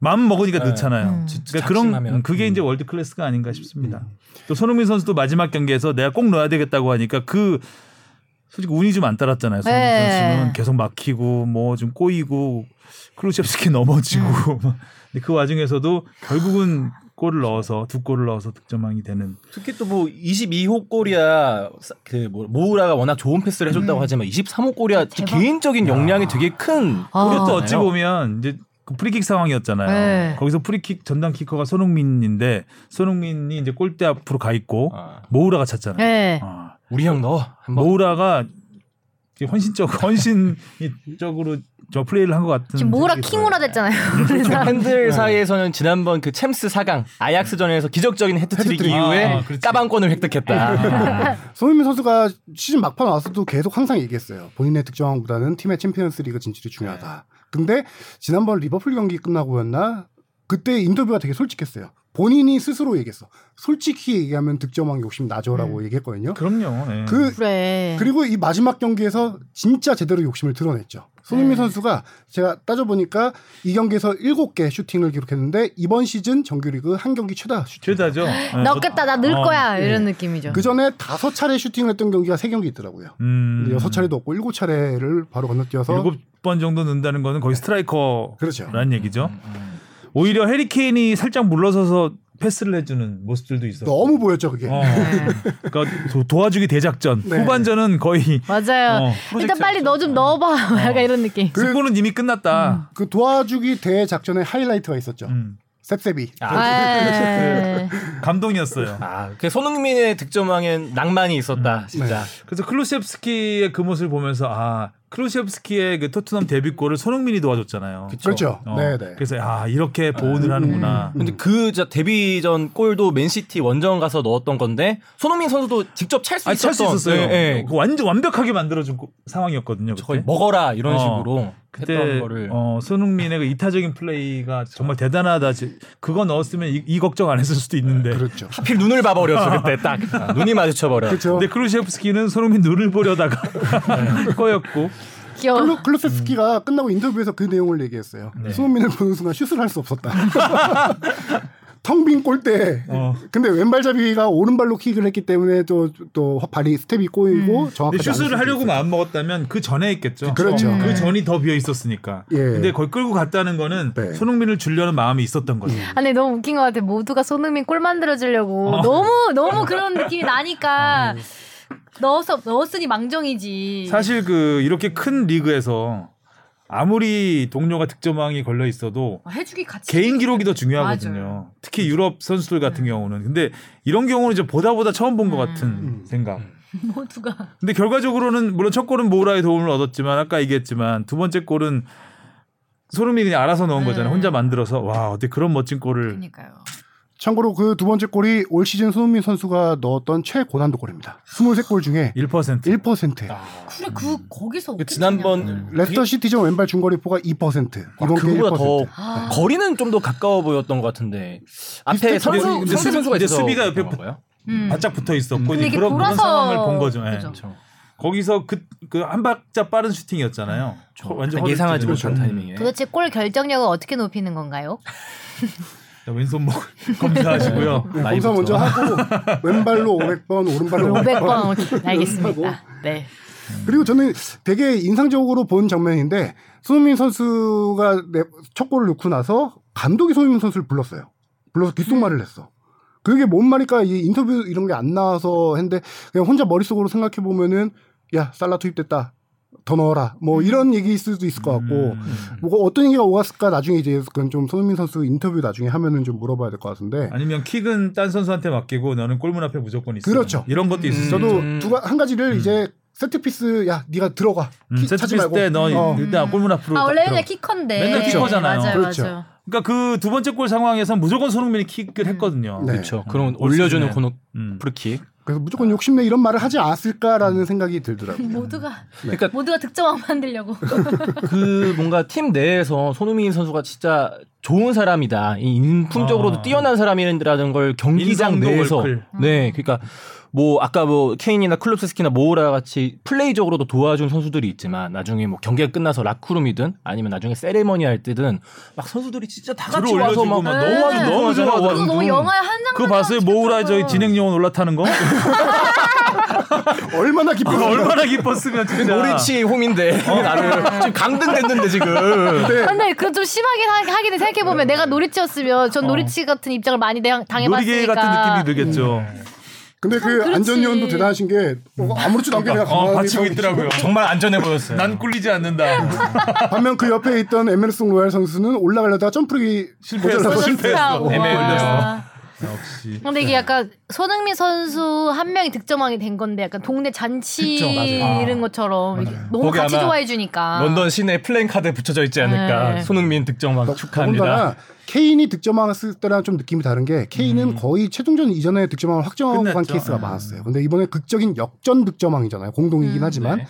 S2: 마음 먹으니까
S3: 네.
S2: 넣잖아요.
S1: 음.
S2: 그러니까 그런
S3: 작심하면. 음.
S2: 음, 그게 이제 월드 클래스가 아닌가 싶습니다. 또 손흥민 선수도 마지막 경기에서 내가 꼭 넣어야 되겠다고 하니까 그 솔직히 운이 좀 안 따랐잖아요. 손흥민
S1: 네.
S2: 선수는 계속 막히고 뭐 좀 꼬이고 클루셉스키
S3: 음.
S2: 넘어지고 근데 그 와중에서도 결국은 골을 넣어서 두 골을 넣어서 득점왕이 되는
S3: 특히 또 뭐 22호 골이야 그 뭐, 모우라가 워낙 좋은 패스를 해줬다고 하지만 23호 골이야
S1: 음. 대박.
S3: 개인적인 역량이 되게 큰
S1: 아.
S2: 이것도 어찌
S3: 골이었잖아요.
S2: 보면 이제 그 프리킥 상황이었잖아요.
S1: 네.
S2: 거기서 프리킥 전담 키커가 손흥민인데 손흥민이 이제 골대 앞으로 가 있고
S3: 아,
S2: 모우라가 찼잖아요.
S1: 예.
S2: 아,
S3: 우리 형 넣어
S4: 뭐.
S3: 한번
S2: 모우라가 이게 헌신적 헌신적으로 저 플레이를 한 것 같은
S1: 지금 모라
S2: 생각이
S1: 킹우라
S2: 들어요. 네. 그렇죠.
S1: 됐잖아요.
S3: 팬들 사이에서는 지난번 그 챔스 4강 아약스전에서 기적적인 헤트트릭
S4: 헤트트릭.
S3: 이후에
S2: 아, 그렇지.
S3: 까방권을
S2: 네.
S3: 획득했다.
S4: 손흥민 선수가 시즌 막판 와서도 계속 항상 얘기했어요. 본인의 득점왕보다는 팀의 챔피언스리그 진출이 중요하다. 근데 지난번 리버풀 경기 끝나고였나 그때 인터뷰가 되게 솔직했어요. 본인이 스스로 얘기했어. 솔직히 얘기하면 득점왕 욕심 나죠라고 얘기했거든요.
S2: 그럼요. 예.
S4: 그
S1: 음. 그래.
S4: 그리고 이 마지막 경기에서 진짜 제대로 욕심을 드러냈죠. 손흥민
S1: 네.
S4: 선수가 제가 따져보니까 이 경기에서 7개 슈팅을 기록했는데 이번 시즌 정규리그 한 경기 최다 슈팅.
S2: 죄다죠. 예,
S1: 넣겠다, 아, 나 넣을
S2: 어,
S1: 거야. 이런 느낌이죠.
S4: 그 전에 다섯 차례 슈팅을 했던 경기가 세 경기 있더라고요.
S2: 음,
S4: 근데 여섯 차례도 없고 일곱 차례를 바로 건너뛰어서
S2: 일곱 번 정도 넣는다는 거는 거의 스트라이커라는 음,
S4: 그렇죠. 음.
S2: 얘기죠. 오히려 해리 케인이 살짝 물러서서 패스를 해주는 모습들도 있었고.
S4: 너무 보였죠 그게.
S1: 예.
S2: 어. 그러니까 도- 도와주기 대작전
S4: 네.
S2: 후반전은 거의
S1: 맞아요.
S2: 어,
S1: 일단 빨리 너 좀 넣어봐. 약간 이런 느낌.
S4: 그-
S2: 승부는 이미 끝났다.
S4: 그 도와주기 대작전의 하이라이트가 있었죠.
S2: 음.
S4: 셉셉이.
S1: 아,
S4: 네.
S1: 예.
S2: 감동이었어요.
S3: 아, 그 손흥민의 득점왕엔 낭만이
S2: 네.
S3: 있었다 진짜.
S2: 그래서 클루셉스키의 그 모습을 보면서 아 클루셉스키의 그 토트넘 데뷔골을 손흥민이 도와줬잖아요.
S4: 그렇죠.
S2: 어,
S4: 네네.
S2: 그래서 아 이렇게
S3: 음.
S2: 보온을 하는구나.
S3: 근데 그 자- 데뷔전 골도 맨시티 원정 가서 넣었던 건데 손흥민 선수도 직접 찰 수
S2: 아 찰 수
S3: 있었던
S2: 있었어요.
S3: 예, 예.
S2: 그거 완전 완벽하게 만들어준 고- 상황이었거든요.
S3: 거의
S2: 그때.
S3: 먹어라 이런
S2: 어,
S3: 식으로 했던
S2: 그때
S3: 거를
S2: 어, 손흥민의 그 이타적인 플레이가 정말 대단하다. 지- 그거 넣었으면 이, 이 걱정 안 했을 수도 있는데.
S4: 그렇죠.
S3: 하필 눈을 봐버렸어 그때 딱 아, 눈이 마주쳐 버려.
S4: 그렇죠.
S2: 근데 크루셰프스키는 손흥민 눈을 보려다가 꺼였고
S1: 귀여워.
S4: 클루,
S2: 음.
S4: 클루세스키가 끝나고 인터뷰에서 그 내용을 얘기했어요.
S2: 네.
S4: 손흥민을 보는 순간 슛을 할 수 없었다. 텅 빈 골대.
S2: 어.
S4: 근데 왼발잡이가 오른발로 킥을 했기 때문에 또, 또 발이 스텝이 꼬이고 정확하지
S2: 음. 근데
S4: 않을 수도
S2: 슛을 하려고
S4: 아, 있어요.
S2: 마음 먹었다면 그 전에 했겠죠.
S4: 그렇죠.
S2: 그 전이 더 비어 있었으니까.
S4: 예.
S2: 근데 거기 끌고 갔다는 거는
S4: 네.
S2: 손흥민을 주려는 마음이 있었던 거죠.
S1: 아니 너무 웃긴 것 같아. 모두가 손흥민 골 만들어주려고 너무 너무 그런 느낌이 나니까 넣어서 넣었으니 망정이지.
S2: 아, 네. 사실 그 이렇게 큰 리그에서 아무리 동료가 득점왕이 걸려 있어도
S1: 아, 해주기 같이.
S2: 개인 기록이 더 중요하거든요.
S1: 맞아요. 네.
S2: 특히 유럽 선수들 같은 경우는. 근데 이런 경우는 이제 보다 보다 처음 본 것 같은
S4: 음.
S2: 생각.
S1: 모두가
S2: 근데 결과적으로는 물론 첫 골은 모우라의 도움을 얻었지만 아까 얘기했지만 두 번째 골은
S5: 네.
S2: 손흥민이 그냥 알아서 넣은 거잖아요. 혼자 만들어서 와 어떻게 그런 멋진 골을
S1: 그러니까요.
S4: 참고로 그 두 번째 골이 올 시즌 손흥민 선수가 넣었던 최고난도 골입니다. 23골 중에
S2: 1%.
S4: 1%.
S3: 아,
S1: 그래
S2: 음.
S1: 그 거기서
S3: 그
S1: 어떻게
S3: 지난번
S4: 레스터 시티전 왼발 중거리포가 2%. 이번
S3: 와,
S4: 게임
S3: 아, 그거보다
S4: 1%.
S3: 더
S1: 아.
S3: 거리는 좀 더 가까워 보였던 것 같은데 앞에
S4: 비슷해.
S3: 선수
S4: 근데
S3: 선수
S2: 수비-
S3: 선수가
S2: 근데
S3: 있어서
S2: 수비가 옆에
S3: 그런 건가요?
S5: 음.
S2: 바짝 붙어
S3: 음.
S2: 있었고
S3: 근데
S2: 이제
S5: 이게
S2: 그런 그런
S5: 돌아서
S2: 상황을 본 거죠. 예.
S5: 그죠.
S3: 그렇죠.
S2: 거기서 그 그 한 발짝 빠른 슈팅이었잖아요. 초-
S3: 그렇죠. 약간 예상하지
S2: 허리 찔리는. 그렇죠.
S3: 못한 타이밍에
S5: 도대체 골 결정력을 어떻게 높이는 건가요?
S2: 자, 음. 왼손목 검사하시고요. 음.
S4: 네,
S3: 나이부터.
S4: 검사 먼저 하고 왼발로 500번, 오른발로
S1: 500번
S4: 하고.
S1: 알겠습니다. 네.
S4: 그리고 저는 되게 인상적으로 본 장면인데 손흥민 선수가 내- 첫 골을 넣고 나서 감독이 손흥민 선수를 불렀어요. 불러서 귓속말을 했어. 그게 뭔 말일까? 이 인터뷰 이런 게 안 나와서 했는데 그냥 혼자 머릿속으로 생각해 보면은 야 살라 투입됐다. 더 넣어라. 뭐 이런 얘기일 수도 있을 것 같고
S2: 음.
S4: 뭐가 어떤 얘기가 오갔을까 나중에 이제 그건 좀 손흥민 선수 인터뷰 나중에 하면은 좀 물어봐야 될 것 같은데
S2: 아니면 킥은 딴 선수한테 맡기고 너는 골문 앞에 무조건 있어.
S4: 그렇죠.
S2: 이런 것도 있을 수 있죠.
S4: 저도
S3: 음.
S4: 두 가 한 가지를 이제 세트피스 야 네가 들어가 키-
S2: 음, 세트
S4: 차지
S2: 피스
S4: 말고.
S2: 때너
S4: 어.
S2: 일단 골문 앞으로
S5: 아 원래
S2: 딱 들어.
S5: 맨날 키컨데
S2: 맨날 키커잖아요.
S1: 맞아요,
S4: 그렇죠.
S1: 맞아요.
S2: 그러니까 그 두 번째 골 상황에서 무조건 손흥민이 킥을 했거든요.
S4: 네.
S3: 그렇죠. 그럼
S2: 올
S3: 올려주는
S2: 시즌에.
S3: 코너
S2: 음.
S3: 프리킥.
S4: 그래서 무조건 욕심내 이런 말을 하지 않았을까라는 생각이 들더라고요.
S1: 모두가
S2: 네.
S3: 그러니까
S1: 모두가 득점왕 만들려고.
S3: 그 뭔가 팀 내에서 손흥민 선수가 진짜 좋은 사람이다. 이 인품적으로도
S2: 아.
S3: 뛰어난 사람이라는 걸 경기장
S2: 인상도
S3: 내에서
S2: 월클.
S3: 네, 그러니까 뭐 아까 뭐 케인이나 클럽스키나 모우라 같이 플레이적으로도 도와준 선수들이 있지만 나중에 뭐 경기가 끝나서 라크룸이든 아니면 나중에 세레머니 할 때든 막 선수들이 진짜 다 같이
S2: 들어
S3: 와서
S2: 올려주고
S3: 막 네.
S2: 막 너무
S3: 아주
S2: 너무
S3: 좋아하잖아.
S2: 좋아하잖아.
S1: 네. 그거 너무
S2: 음.
S1: 영화의 한 장면.
S2: 그거 봤어요? 모우라 저희 진행 요원 올라타는 거?
S4: 얼마나 기뻐.
S2: 그거 아, 얼마나 기뻤으면 진짜.
S3: 오리치 홈인데
S2: 어.
S3: 나를 지금 강등됐는데 지금
S2: 네.
S1: 근데 그건 좀 심하긴 하- 하긴 해. 생각해 보면 내가 노리치였으면 전
S2: 어.
S1: 노리치 같은 입장을 많이 대- 당해봤으니까.
S2: 놀이개 같은 느낌이 들겠죠. 음.
S4: 근데 그
S1: 그렇지.
S4: 안전요원도 대단하신 게 어, 아무렇지도 않게 그냥
S2: 어,
S4: 가만히
S2: 받치고
S4: 서고
S2: 있더라고요.
S3: 정말 안전해 보였어요.
S2: 난 꿀리지 않는다.
S4: 반면 그 옆에 있던 에메르송 로얄 선수는 올라가려다가 점프력이
S2: 실패했어.
S1: 그거
S2: 실패했어.
S1: 진짜,
S3: 애매해요.
S1: 와.
S2: 네. 역시.
S1: 근데 이게 약간 손흥민 선수 한 명이 득점왕이 된 건데 약간 동네 잔치
S2: 그쵸, 맞아요.
S1: 이런 것처럼 이게 너무
S3: 거기
S1: 같이
S3: 아마
S1: 좋아해 주니까.
S3: 런던 시내 플랜 카드에 붙여져 있지 않을까.
S1: 네.
S3: 손흥민 득점왕 축하합니다.
S4: 더군다나 케인이 득점왕했을 때랑 좀 느낌이 다른 게 케인은 거의 최종전 이전에 득점왕을 확정한
S2: 끝났죠.
S4: 케이스가
S2: 음.
S4: 많았어요. 근데 이번에 극적인 역전 득점왕이잖아요. 공동이긴 하지만
S3: 네.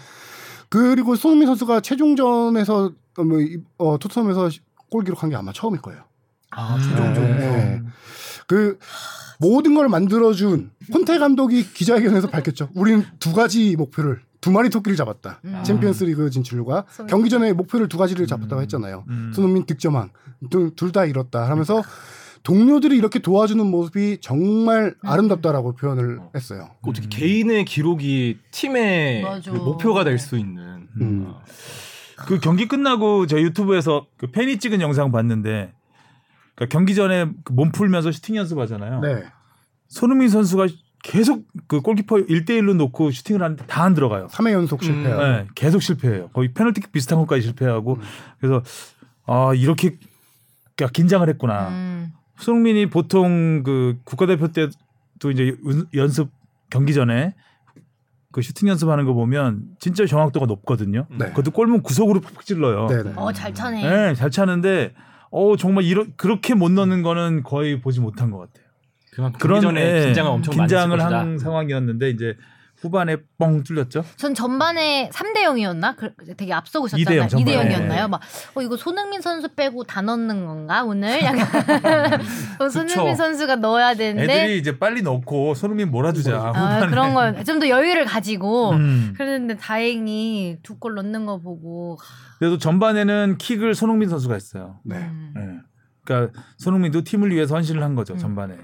S4: 그리고 손흥민 선수가 최종전에서 어, 뭐, 이- 어, 토트넘에서 골 기록한 게 아마 처음일 거예요.
S3: 아,
S2: 음.
S4: 네. 그 모든 걸 만들어준 콘테 감독이 기자회견에서 밝혔죠. 우리는 두 가지 목표를 두 마리 토끼를 잡았다.
S1: 음.
S4: 챔피언스리그 진출과
S1: 소위.
S4: 경기 전에 목표를 두 가지를 잡았다고 했잖아요.
S2: 음.
S4: 손흥민 득점왕 둘 다 이뤘다 하면서 동료들이 이렇게 도와주는 모습이 정말
S5: 음.
S4: 아름답다라고 표현을
S2: 음.
S4: 했어요.
S3: 어떻게 개인의 기록이 팀의
S1: 맞아.
S3: 그 목표가 될 수 있는. 어.
S4: 음.
S2: 그 경기 끝나고 저 유튜브에서 그 팬이 찍은 영상 봤는데 그러니까 경기 전에 그몸 풀면서 슈팅 연습하잖아요.
S4: 네.
S2: 손흥민 선수가 계속 그 골키퍼 1대1로 놓고 슈팅을 하는데 다 안 들어가요.
S4: 3회
S5: 음.
S4: 연속 실패. 요
S2: 네, 계속 실패해요. 거의 페널티킥 비슷한 것까지 실패하고 그래서 아 이렇게 그러니까 긴장을 했구나.
S1: 음.
S2: 손흥민이 보통 그 국가대표 때도 이제 연- 연습 경기 전에 그 슈팅 연습하는 거 보면 진짜 정확도가 높거든요.
S4: 네.
S2: 음, 그것도 골문 구석으로 팍팍 찔러요.
S4: 네.
S5: 아.
S4: 네.
S1: 어, 잘 차네.
S2: 네, 잘 차는데 어 정말 이러, 그렇게 못 넣는 거는 거의 보지 못한 것 같아요.
S3: 그만큼
S2: 그런
S3: 그런 전에
S2: 예,
S3: 긴장을 엄청
S2: 긴장을
S3: 많이 했을
S2: 한 상황이었는데 이제 후반에 뻥 뚫렸죠.
S1: 전 전반에 3대 0이었나? 그, 되게 앞서고
S2: 이대
S1: 있었잖아요.
S2: 영, 전반에.
S1: 2대 0이었나요?
S2: 네.
S1: 막 어, 이거 손흥민 선수 빼고 다 넣는 건가 오늘? 약간 어, 손흥민
S3: 그쵸.
S1: 선수가 넣어야 되는데
S2: 애들이 이제 빨리 넣고 손흥민 몰아주자.
S1: 아,
S2: 후반에.
S1: 그런 건 좀 더 여유를 가지고
S2: 음.
S1: 그랬는데 다행히 두 골 넣는 거 보고
S2: 그래도 전반에는 킥을 손흥민 선수가 했어요.
S4: 네.
S1: 음.
S2: 예. 그러니까 손흥민도 팀을 위해서 헌신을 한 거죠 전반에.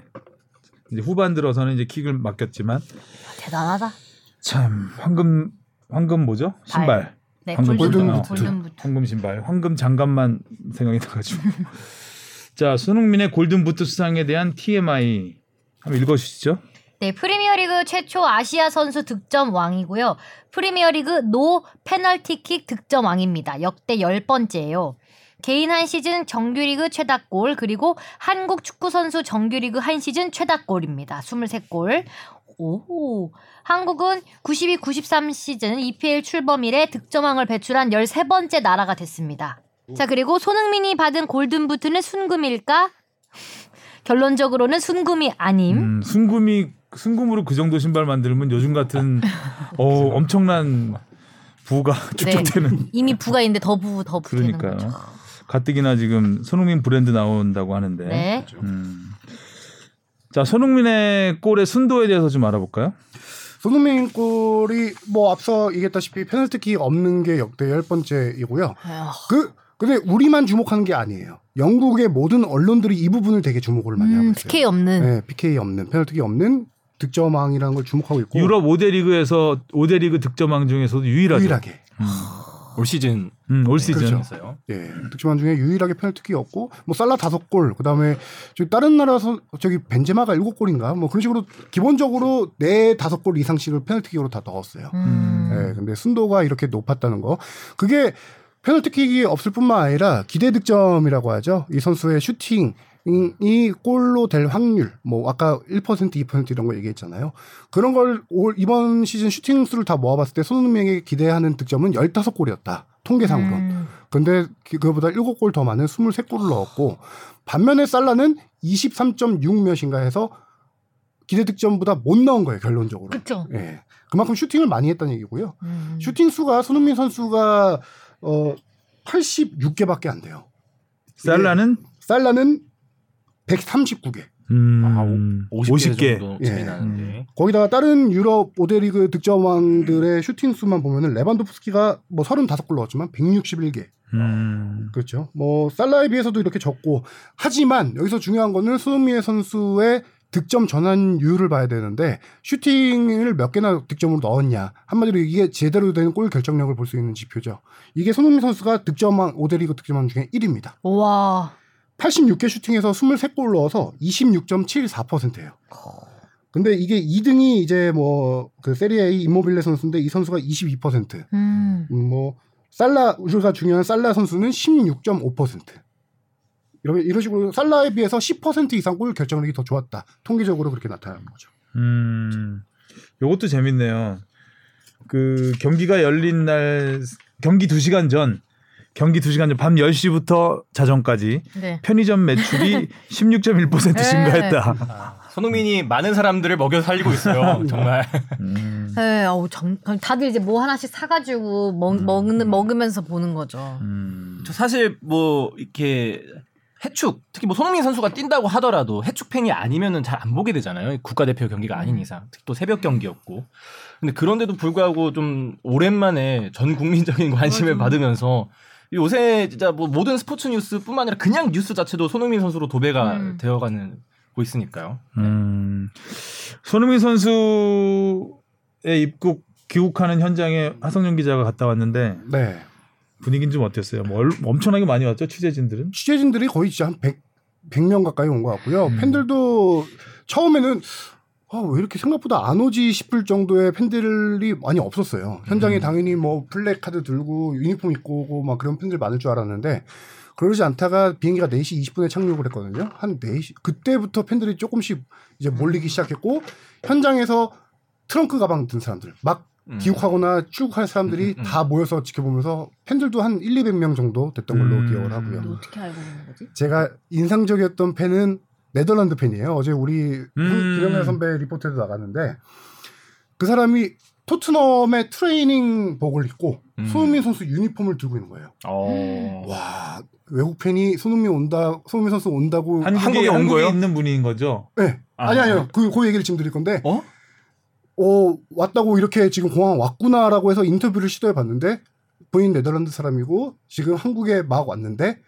S2: 이제 후반 들어서는 이제 킥을 맡겼지만
S1: 대단하다.
S2: 참 황금 황금 뭐죠 신발
S1: 네,
S2: 방금
S1: 골든
S2: 골든부트.
S1: 부트. 골든 부트.
S2: 황금 신발 황금 장갑만 생각이 나가지고 자 손흥민의 골든부트 수상에 대한 TMI 한번 읽어주시죠.
S5: 네, 프리미어리그 최초 아시아 선수 득점 왕이고요. 프리미어리그 노 페널티킥 득점 왕입니다. 역대 10번째예요. 개인 한 시즌 정규리그 최다골 그리고 한국 축구 선수 정규리그 한 시즌 최다골입니다. 23골. 오. 한국은 92, 93 시즌 EPL 출범 이래 득점왕을 배출한 13번째 나라가 됐습니다. 자, 그리고 손흥민이 받은 골든부트는 순금일까? 결론적으로는 순금이 아님.
S2: 음, 순금이 순금으로 그 정도 신발 만들면 요즘 같은 어, 엄청난 부가 축적되는
S5: 이미 부가 있는데 더 부, 더 부. 되는
S2: 그러니까요.
S5: 거죠.
S2: 가뜩이나 지금 손흥민 브랜드 나온다고 하는데.
S5: 네.
S2: 음. 자 손흥민의 골의 순도에 대해서 좀 알아볼까요?
S4: 손흥민 골이 뭐 앞서 얘기했다시피 페널티킥 없는 게 역대 열 번째이고요.
S5: 아,
S4: 그 근데 우리만 주목하는 게 아니에요. 영국의 모든 언론들이 이 부분을 되게 주목을 많이 하고
S5: 음,
S4: 있어요.
S5: PK 없는.
S4: 네, PK 없는 페널티킥 없는 득점왕이라는 걸 주목하고 있고
S2: 유럽 5대 리그에서 5대 리그 득점왕 중에서도 유일하죠.
S4: 유일하게
S3: 올 시즌
S2: 음, 올 시즌.
S4: 그렇죠.
S3: 했어요.
S4: 예, 득점왕 중에 유일하게 페널티킥 없고 뭐 살라 다섯 골 그다음에 저기 다른 나라 선 저기 벤제마가 일곱 골인가 뭐 그런 식으로 기본적으로 네 다섯 골 이상씩을 페널티킥으로 다 넣었어요.
S5: 음.
S4: 예, 근데 순도가 이렇게 높았다는 거. 그게 페널티킥이 없을 뿐만 아니라 기대 득점이라고 하죠. 이 선수의 슈팅이 골로 될 확률, 뭐 아까 1% 2% 이런 거 얘기했잖아요. 그런 걸 올 이번 시즌 슈팅 수를 다 모아봤을 때 손흥민에게 기대하는 득점은 15골이었다. 통계상으로.
S5: 음.
S4: 근데 그- 그거보다 7골 더 많은 23골을 넣었고 반면에 살라는 23.6 몇인가 해서 기대 득점보다 못 넣은 거예요, 결론적으로.
S5: 그쵸.
S4: 예. 그만큼 슈팅을 많이 했다는 얘기고요.
S5: 음.
S4: 슈팅 수가 손흥민 선수가 어 86개밖에 안 돼요.
S2: 살라는
S4: 살라는 139개.
S3: 아,
S2: 음,
S3: 50개,
S2: 50개. 음.
S3: 정도
S4: 예.
S3: 차이 나는데.
S4: 거기다가 다른 유럽 5대 리그 득점왕들의 슈팅 수만 보면은 레반도프스키가 뭐 35골 넣었지만 161개.
S2: 음.
S4: 그렇죠. 뭐 살라에 비해서도 이렇게 적고 하지만 여기서 중요한 거는 손흥민 선수의 득점 전환율을 봐야 되는데 슈팅을 몇 개나 득점으로 넣었냐 한마디로 이게 제대로 된 골 결정력을 볼 수 있는 지표죠. 이게 손흥민 선수가 득점왕 5대 리그 득점왕 중에 1위입니다.
S5: 와.
S4: 86개 슈팅에서 23골 넣어서 26.74%예요. 근데 이게 2등이 이제 뭐 그 세리에 A 임모빌레 선수인데 이 선수가 22%.
S5: 음.
S4: 음, 뭐 살라 우리가 중요한 살라 선수는 16.5%. 이런 이런 식으로 살라에 비해서 10% 이상 골 결정력이 더 좋았다. 통계적으로 그렇게 나타나는 거죠.
S2: 음. 요것도 재밌네요. 그 경기가 열린 날 경기 2시간 전 경기 2시간 전 밤 10시부터 자정까지
S5: 네.
S2: 편의점 매출이 16.1% 증가했다.
S3: 손흥민이 많은 사람들을 먹여 살리고 있어요. 정말.
S2: 음.
S5: 네, 어우, 정, 다들 이제 뭐 하나씩 사가지고 먹, 먹는, 먹으면서 보는 거죠.
S2: 음.
S3: 저 사실 뭐 이렇게 해축 특히 뭐 손흥민 선수가 뛴다고 하더라도 해축 팬이 아니면은 잘 안 보게 되잖아요. 국가대표 경기가 아닌 이상 특히 또 새벽 경기였고 근데 그런데도 불구하고 좀 오랜만에 전 국민적인 관심을 받으면서 요새 진짜 뭐 모든 스포츠 뉴스뿐만 아니라 그냥 뉴스 자체도 손흥민 선수로 도배가
S5: 음.
S3: 되어가는 고 있으니까요.
S2: 음. 손흥민 선수의 입국 귀국하는 현장에 하성준 기자가 갔다 왔는데
S4: 네.
S2: 분위기는 좀 어땠어요? 뭐 얼- 엄청나게 많이 왔죠 취재진들은?
S3: 음,
S4: 취재진들이 거의 진짜 한 100, 100명 가까이 온 것 같고요.
S3: 음.
S4: 팬들도 처음에는 아, 왜 이렇게 생각보다 안 오지 싶을 정도의 팬들이 많이 없었어요.
S3: 음.
S4: 현장에 당연히 뭐 플래카드 들고 유니폼 입고 오고 막 그런 팬들 많을 줄 알았는데 그러지 않다가 비행기가 4시 20분에 착륙을 했거든요. 한 4시 그때부터 팬들이 조금씩 이제
S3: 음.
S4: 몰리기 시작했고 현장에서 트렁크 가방 든 사람들 막
S3: 음.
S4: 기욱하거나 출국할 사람들이
S3: 음, 음.
S4: 다 모여서 지켜보면서 팬들도 한 1, 200명 정도 됐던 걸로
S2: 음.
S4: 기억을 하고요.
S2: 근데
S5: 어떻게 알고 있는 거지?
S4: 제가 인상적이었던 팬은 네덜란드 팬이에요. 어제 우리
S2: 음.
S4: 김영래 선배 리포트에도 나갔는데 그 사람이 토트넘의 트레이닝복을 입고
S3: 음.
S4: 손흥민 선수 유니폼을 들고 있는 거예요. 음.
S3: 어.
S4: 와 외국 팬이 손흥민 온다, 손흥민 선수 온다고.
S2: 한국에,
S3: 한국에 온
S2: 한국에
S3: 거예요?
S2: 있는 분인 거죠?
S4: 네.
S2: 아.
S4: 아. 니 아니요 그, 그 얘기를 지금 드릴 건데
S3: 어?
S4: 어 왔다고 이렇게 지금 공항 왔구나라고 해서 인터뷰를 시도해 봤는데 본인 네덜란드 사람이고 지금 한국에 막 왔는데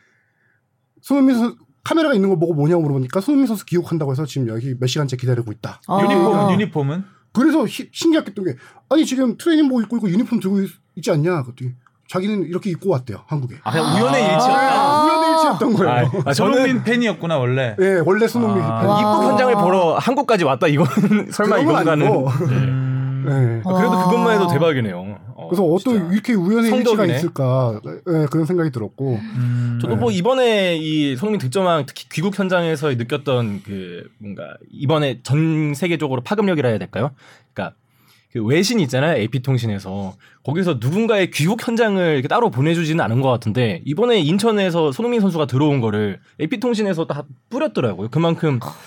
S4: 손흥민 선수 카메라가 있는 걸 보고 뭐냐고 물어보니까 손흥민 선수 기록한다고 해서 지금 여기 몇 시간째 기다리고 있다.
S3: 아.
S2: 아. 유니폼은 유니폼은?
S4: 그래서 시- 신기했던 게 아니 지금 트레이닝복 입고 있고 유니폼 들고 있, 있지 않냐 그랬더니 자기는 이렇게 입고 왔대요 한국에.
S3: 아 그냥 우연의 일치였다.
S5: 아.
S4: 우연의 일치였던 거예요.
S3: 아, 아, 네.
S2: 손흥민 팬이었구나 원래.
S4: 예 원래 손흥민
S3: 아,
S4: 팬.
S3: 입국 현장을 보러 한국까지 왔다 이거는 설마
S4: 그런 건
S3: 이건가는
S4: 아니고.
S2: 음.
S4: 예.
S5: 어.
S3: 아, 그래도 그것만 해도 대박이네요. 어,
S4: 그래서 어떤
S3: 진짜.
S4: 이렇게 우연의
S3: 성덕이네.
S4: 일치가 있을까 예, 그런 생각이 들었고
S2: 음.
S3: 저도 뭐 이번에 이 손흥민 득점왕 특히 귀국 현장에서 느꼈던 그 뭔가 이번에 전 세계적으로 파급력이라 해야 될까요? 그러니까 그 그 외신 있잖아요. AP통신에서. 거기서 누군가의 귀국 현장을 이렇게 따로 보내주지는 않은 것 같은데 이번에 인천에서 손흥민 선수가 들어온 거를 AP통신에서 다 뿌렸더라고요. 그만큼 그러니까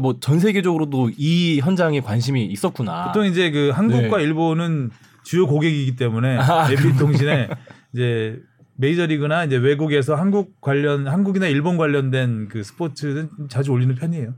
S3: 뭐 전 세계적으로도 이 현장에 관심이 있었구나.
S2: 보통 이제 그 한국과
S3: 네.
S2: 일본은 주요 고객이기 때문에
S3: 아,
S2: AP 통신에 이제 메이저리그나 이제 외국에서 한국 관련 한국이나 일본 관련된 그 스포츠는 자주 올리는 편이에요.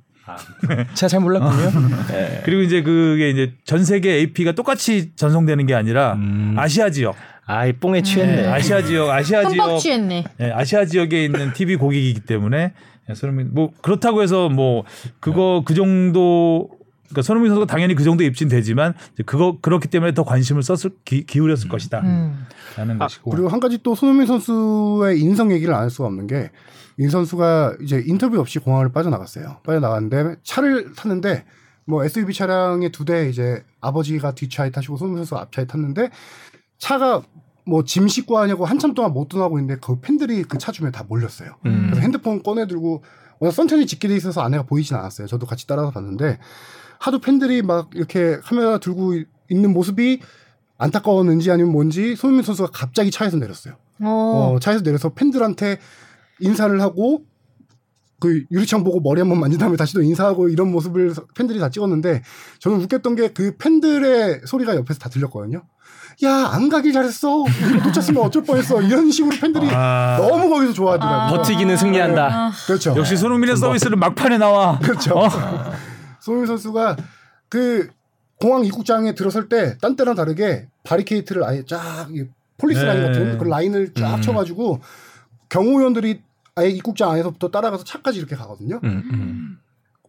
S3: 제가 잘 몰랐군요. 네.
S2: 그리고 이제 그게 이제 전 세계 AP가 똑같이 전송되는 게 아니라
S3: 음.
S2: 아시아 지역,
S3: 아이 뽕에 취했네.
S2: 예, 아시아 지역, 아시아
S5: 흠뻑
S2: 지역,
S5: 취했네.
S2: 예, 아시아 지역에 있는 TV 고객이기 때문에 예, 손흥민 뭐 그렇다고 해서 뭐 그거 그 정도 그러니까 손흥민 선수가 당연히 그 정도 입진 되지만 이제 그거 그렇기 때문에 더 관심을 썼을 기, 기울였을 것이다.
S1: 음.
S2: 라는 것이고.
S4: 그리고 한 가지 또 손흥민 선수의 인성 얘기를 안 할 수가 없는 게 이 선수가 이제 인터뷰 없이 공항을 빠져나갔어요. 빠져나갔는데 차를 탔는데 뭐 SUV 차량에 두 대 이제 아버지가 뒷차에 타시고 손흥민 선수가 앞차에 탔는데 차가 뭐 짐 싣고 하냐고 한참 동안 못 떠나고 있는데 그 팬들이 그 차 주변에 다 몰렸어요.
S3: 음.
S4: 그래서 핸드폰 꺼내 들고 워낙 선천이 집게 돼 있어서 아내가 보이진 않았어요. 저도 같이 따라서 봤는데 하도 팬들이 막 이렇게 카메라 들고 이- 있는 모습이 안타까웠는지 아니면 뭔지 손흥민 선수가 갑자기 차에서 내렸어요.
S1: 어.
S4: 어, 차에서 내려서 팬들한테 인사를 하고 그 유리창 보고 머리 한번 만진 다음에 다시 또 인사하고 이런 모습을 팬들이 다 찍었는데 저는 웃겼던 게 그 팬들의 소리가 옆에서 다 들렸거든요. 야 안 가길 잘했어. 이거 놓쳤으면 어쩔 뻔했어. 이런 식으로 팬들이
S2: 아,
S4: 너무 거기서 좋아하더라고요.
S3: 버티기는 승리한다.
S4: 그렇죠.
S2: 역시 손흥민의 서비스를 막판에 나와.
S4: 그렇죠. 손흥민 선수가 그 공항 입국장에 들어설 때 딴 때랑 다르게 바리케이트를 아예 쫙이 폴리스
S2: 네.
S4: 라인 같은 그 라인을 쫙
S3: 음.
S4: 쳐가지고 경호원들이 아예 입국장 안에서부터 따라가서 차까지 이렇게 가거든요.
S3: 음, 음.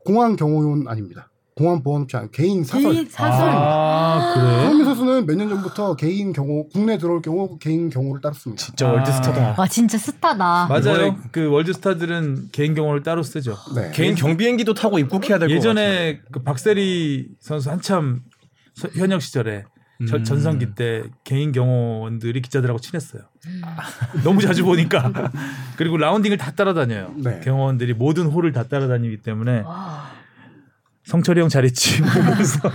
S4: 공항 경호원 아닙니다. 공항 보안업체 아니 개인 사설.
S5: 개인 사설.
S2: 아, 그래.
S4: 손흥민 선수는 몇 년 전부터 개인 경호 국내 들어올 경우 개인 경호를 따랐습니다.
S3: 진짜
S2: 아.
S3: 월드스타다.
S5: 와 진짜 스타다.
S2: 맞아요. 그 월드스타들은 개인 경호를 따로 쓰죠.
S4: 네.
S3: 개인 경비행기도 타고 입국해야 될것
S2: 예전에 그 박세리 선수 한참 서- 현역 시절에 저-
S3: 음.
S2: 전성기 때 개인 경호원들이 기자들하고 친했어요.
S5: 음.
S2: 너무 자주 보니까 그리고 라운딩을 다 따라다녀요.
S4: 네.
S2: 경호원들이 모든 홀을 다 따라다니기 때문에
S5: 와.
S2: 성철이 형 잘했지. 이러면서.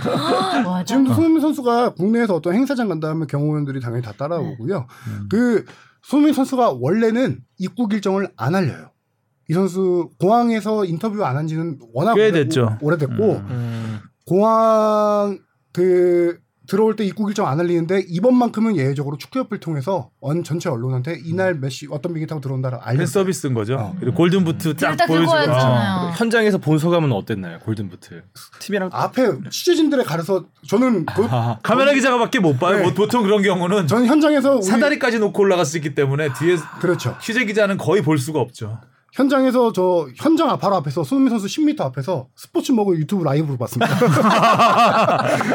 S5: 와,
S4: 지금도
S2: 어.
S4: 손흥민 선수가 국내에서 어떤 행사장 간다 하면 경호원들이 당연히 다 따라오고요.
S2: 음.
S4: 그 손흥민 선수가 원래는 입국 일정을 안 알려요. 이 선수 공항에서 인터뷰 안 한 지는 워낙
S2: 꽤
S4: 오래-
S2: 됐죠.
S4: 오래됐고
S2: 음.
S3: 음.
S4: 공항 그 들어올 때 입국 일정 안 알리는데 이번만큼은 예외적으로 축구협회를 통해서 원 전체 언론한테
S2: 음.
S4: 이날 몇 시 어떤 비행기 타고 들어온다를
S2: 팬
S4: 알렸어요.
S2: 서비스인 거죠.
S4: 어.
S2: 그리고 골든 부츠 딱
S5: 들다
S2: 보여주고.
S5: 긁어야잖아요.
S2: 어.
S5: 어.
S3: 현장에서 본 소감은 어땠나요? 골든부트. TV랑
S4: 아. 앞에 취재진들의 가려서 저는 그,
S2: 카메라 기자가밖에 못 봐요.
S4: 네.
S2: 뭐 보통 그런 경우는
S4: 저는 현장에서 우리-
S2: 사다리까지 놓고 올라갈 수 있기 때문에 뒤에
S4: 그렇죠.
S2: 취재 기자는 거의 볼 수가 없죠.
S4: 현장에서 저 현장 앞- 바로 앞에서 손흥민 선수 10m 앞에서 스포츠 먹을 유튜브 라이브로 봤습니다.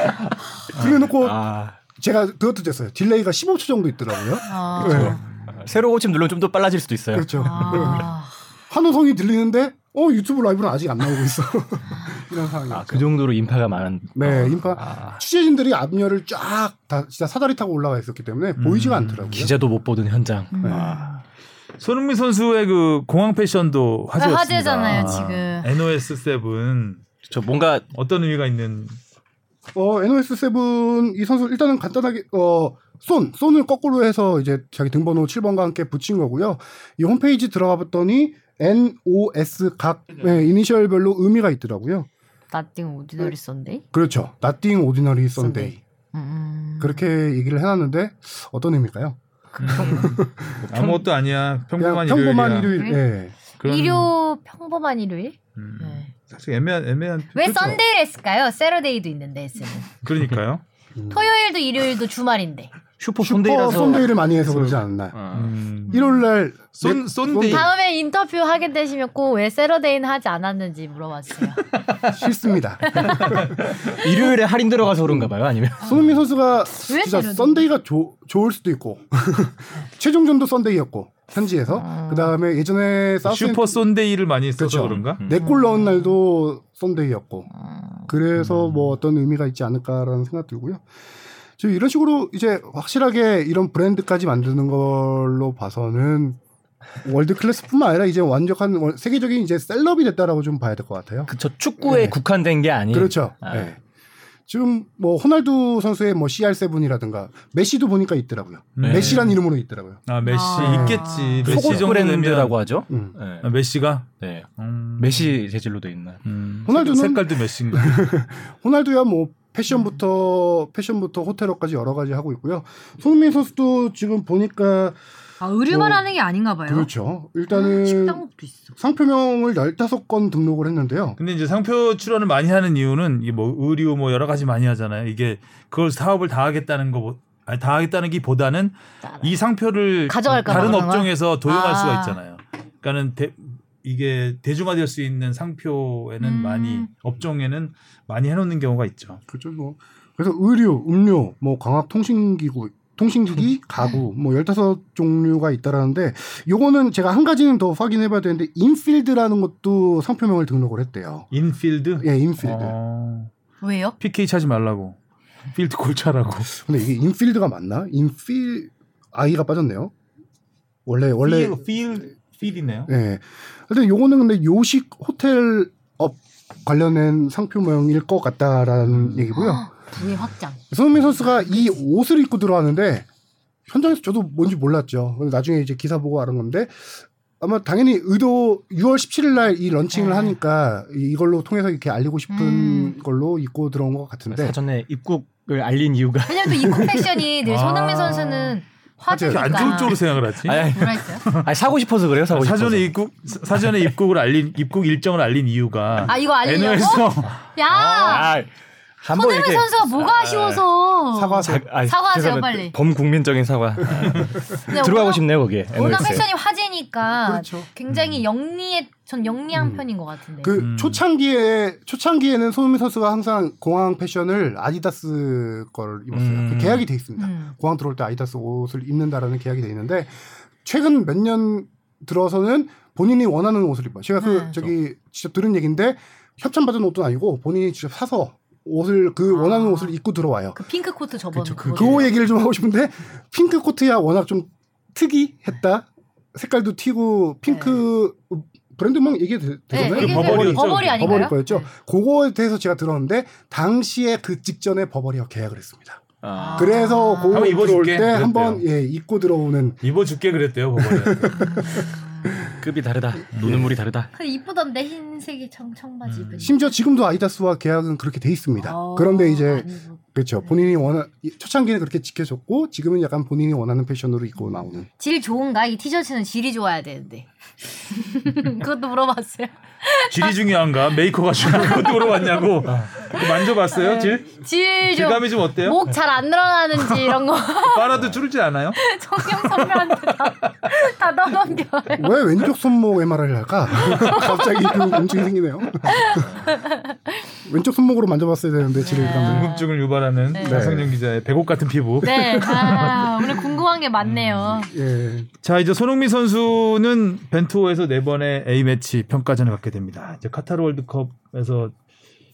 S4: 그래놓고
S3: 아,
S4: 제가 그것도 됐어요. 딜레이가 15초 정도 있더라고요.
S5: 아.
S4: 네,
S3: 새로 고침 누르면 좀 더 빨라질 수도 있어요.
S4: 그렇죠.
S5: 아.
S4: 환호성이 들리는데 어 유튜브 라이브는 아직 안 나오고 있어. 이런 상황이.
S3: 아, 그 정도로 인파가 많은.
S4: 네, 인파
S3: 아,
S4: 취재진들이 앞녀를 쫙 다 진짜 사다리 타고 올라가 있었기 때문에
S3: 음.
S4: 보이지가 않더라고요.
S3: 기자도 못 보던 현장.
S5: 음.
S4: 네.
S5: 아,
S2: 손흥민 선수의 그 공항 패션도 화제였습니다.
S5: 화제잖아요, 지금.
S2: NOS 7
S4: 그렇죠.
S3: 저 뭔가
S2: 어떤 의미가 있는
S4: 어, NOS 7이 선수 일단은 간단하게 어, 손, 손을 거꾸로 해서 이제 자기 등번호 7번과 함께 붙인 거고요. 이 홈페이지 들어가 봤더니 NOS 각 네, 이니셜별로 의미가 있더라고요.
S5: 나띵 오디너리 썬데이?
S4: 그렇죠. Nothing Ordinary Sunday.
S5: 음.
S4: 그렇게 얘기를 해 놨는데 어떤 의미일까요?
S2: 아무것도 아니야
S4: 그냥
S2: 평범한
S4: 평범한
S2: 일요일이야.
S4: 일요일. 예.
S2: 그런-
S5: 일요 평범한 일요일?
S2: 음,
S5: 네.
S2: 사실 애매한 애매한
S1: 네.
S5: 왜
S2: 표죠.
S5: 썬데이를 했을까요? 세러데이도 있는데 했으면.
S2: 그러니까요.
S5: 토요일도 일요일도 주말인데.
S3: 슈퍼
S4: 슈퍼
S3: 손데이라서.
S4: 썬데이를 많이 해서 그러지 않나.
S3: 아,
S2: 음.
S4: 일요일 날
S2: 쏜-
S4: 네,
S2: 쏜데이.
S5: 다음에 인터뷰 하게 되시면 꼭 왜 세러데이는 하지 않았는지 물어봐 주세요.
S4: 싫습니다.
S3: 일요일에 할인 들어가서 그런가 봐요. 아니면
S4: 손흥민 선수가
S5: 왜
S4: 진짜
S5: 이러지?
S4: 썬데이가 조- 좋을 수도 있고 최종전도 썬데이였고 현지에서 그 다음에 예전에 사우스
S2: 슈퍼 음. 쏜데이를 많이 써서
S4: 그렇죠.
S2: 그런가
S4: 네골 넣은 날도 썬데이였고 그래서
S2: 음.
S4: 뭐 어떤 의미가 있지 않을까라는 생각 들고요. 지금 이런 식으로 이제 확실하게 이런 브랜드까지 만드는 걸로 봐서는 월드 클래스뿐만 아니라 이제 완벽한 월- 세계적인 이제 셀럽이 됐다라고 좀 봐야 될 것 같아요.
S3: 그쵸 축구에
S4: 네.
S3: 국한된 게 예. 아닌.
S4: 그렇죠.
S3: 아.
S4: 네. 지금 뭐 호날두 선수의 뭐 CR7이라든가 메시도 보니까 있더라고요.
S2: 네.
S4: 메시란 이름으로 있더라고요.
S2: 아 메시
S1: 아.
S2: 있겠지. 메시
S3: 속옷
S2: 정도 되면
S3: 브랜드라고 하죠.
S4: 음.
S3: 네.
S2: 아, 메시가
S3: 네.
S2: 음.
S3: 메시 재질로 돼 있나.
S2: 음.
S4: 호날두는-
S2: 색깔도 메시인가.
S4: 호날두야 뭐 패션부터 패션부터 호텔업까지 여러 가지 하고 있고요. 손흥민 선수도 지금 보니까
S5: 아, 의류만
S2: 어,
S4: 뭐,
S5: 하는 게 아닌가 봐요.
S4: 그렇죠. 일단은
S5: 아, 식당도 있어.
S4: 상표명을 15건 등록을 했는데요.
S2: 근데 이제 상표 출원을 많이 하는 이유는 이게 뭐 의류 뭐 여러 가지 많이 하잖아요. 이게 그걸 사업을 다 하겠다는 거 아니 다 하겠다는 기보다는 이 상표를
S1: 가져갈까 봐
S2: 다른
S1: 그런 거야?
S2: 업종에서 도용할
S1: 아.
S2: 수가 있잖아요. 그러니까는 대- 이게 대중화될 수 있는 상표에는
S5: 음.
S2: 많이 업종에는 많이 해놓는 경우가 있죠.
S4: 그죠 뭐 그래서 의류, 음료, 뭐 광학 통신기구,
S2: 음.
S4: 통신기기, 가구 뭐 15 종류가 있다라는데 요거는 제가 한 가지는 더 확인해 봐야 되는데 인필드라는 것도 상표명을 등록을 했대요.
S2: 인필드.
S4: 예, 인필드.
S2: 어,
S5: 왜요?
S2: PK 차지 말라고. 필드 골차라고.
S4: 근데 이게 인필드가 맞나? 인필 아이가 빠졌네요. 원래 원래
S2: 필, 필 필이네요.
S4: 예. 근데 요거는 근데 요식 호텔 업 관련된 상표명일 것
S2: 음.
S4: 같다라는 얘기고요.
S5: 부의 확장.
S4: 손흥민 선수가 이 옷을 입고 들어왔는데 현장에서 저도 뭔지 몰랐죠. 근데 나중에 이제 기사 보고 알은 건데 아마 당연히 의도 6월 17일 날 이 런칭을
S5: 네.
S4: 하니까 이- 이걸로 통해서 이렇게 알리고 싶은
S5: 음.
S4: 걸로 입고 들어온 것 같은데
S3: 사전에 입국을 알린 이유가
S5: 왜냐면 또 입국 패션이 늘
S2: 아.
S5: 손흥민 선수는
S2: 이렇게
S5: 화제니까.
S2: 안 좋은 쪽으로 생각을 하지.
S3: 아니, 아니,
S5: 뭐라 했어요?
S3: 아니, 사고 싶어서 그래요. 사고 싶어서.
S2: 사전에 입국 사- 사전에 입국을 알린 입국 일정을 알린 이유가
S5: 아 이거 알리려고?
S2: NO에서
S5: 야
S3: 아, 한번
S5: 손흥민
S3: 이렇게
S5: 선수가 뭐가 아쉬워서
S4: 사과하세요.
S3: 아,
S5: 사과하세요,
S3: 죄송합니다.
S5: 빨리. 네,
S3: 범국민적인 사과.
S5: 근데
S3: 들어가고
S5: 워낙-
S3: 싶네요 거기에.
S5: 워낙
S3: NOS 에.
S5: 패션이 화제니까
S4: 그렇죠.
S5: 굉장히 영리해 전 영리한
S4: 음.
S5: 편인 것 같은데.
S4: 그
S2: 음.
S4: 초창기에 초창기에는 손흥민 선수가 항상 공항 패션을 아디다스 걸 입었어요.
S3: 음.
S4: 그 계약이 돼 있습니다.
S5: 음.
S4: 공항 들어올 때 아디다스 옷을 입는다라는 계약이 돼 있는데 최근 몇 년 들어서는 본인이 원하는 옷을 입어요. 제가 그
S5: 네.
S4: 저기 직접 들은 얘기인데 협찬 받은 옷도 아니고 본인이 직접 사서 옷을 그
S5: 아.
S4: 원하는 옷을 입고 들어와요.
S5: 그 핑크 코트 저번
S4: 그렇죠. 그,
S5: 그거.
S4: 그 얘기를 좀 하고 싶은데 핑크 코트야 워낙 좀 특이했다. 색깔도 튀고 핑크 브랜드만 네. 뭐 얘기해도
S5: 네,
S4: 되잖아요.
S5: 이게
S2: 그 버버리였죠.
S5: 버버리 아닌가요?
S4: 버버리 거였죠.
S5: 네.
S4: 그거에 대해서 제가 들었는데 당시에 그 직전에 버버리와 계약을 했습니다.
S3: 아.
S4: 그래서 그거
S2: 한번
S4: 들어올
S2: 입어줄게
S4: 때 한번 예 입고 들어오는
S2: 입어줄게 그랬대요. 법원에.
S3: 급이 다르다. 눈물이 다르다.
S5: 네. 그 이쁘던데 흰색이 청 청바지 입은.
S4: 심지어 지금도 아디다스와 계약은 그렇게 돼 있습니다.
S5: 어,
S4: 그런데 이제
S5: 많이 입었-
S4: 그렇죠 본인이 원하 초창기는 그렇게 지켜줬고 지금은 약간 본인이 원하는 패션으로 입고 나오는
S5: 질 좋은가? 이 티셔츠는 질이 좋아야 되는데. 그것도 물어봤어요.
S2: 질이 중요한가? 메이커가 중요한 것도 물어봤냐고.
S3: 아.
S2: 그거 만져봤어요, 질?
S5: 질 아, 좀.
S2: 질감이 좀 어때요?
S5: 목 잘 안 늘어나는지 이런 거
S2: 빨아도 줄지 않아요?
S5: 정영 선배한테 다, 다 넘겨.
S4: 왜 왼쪽 손목 MRI를 할까? 갑자기 그 움직임 생기네요. 왼쪽 손목으로 만져봤어야 되는데 지를 감을
S2: 궁금증을 유발하는 나성영 기자의 백옥 같은 피부.
S5: 네. 아, 오늘 궁금한 게 많네요.
S4: 예
S2: 자, 이제 손흥민 선수는 벤투호에서 네 번의 A 매치 평가전을 갖게 됩니다. 이제 카타르 월드컵에서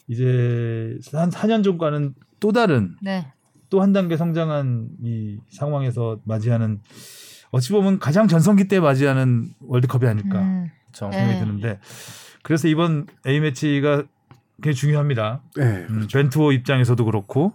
S2: 이제 한 4년 전과는 또 다른
S5: 네.
S2: 또 한 단계 성장한 이 상황에서 맞이하는 어찌 보면 가장 전성기 때 맞이하는 월드컵이
S4: 그러니까.
S2: 아닐까
S5: 음.
S3: 정.
S2: 생각이
S5: 네.
S2: 드는데 그래서 이번 A 매치가 굉장히 중요합니다.
S4: 예.
S2: 음, 벤투호 입장에서도 그렇고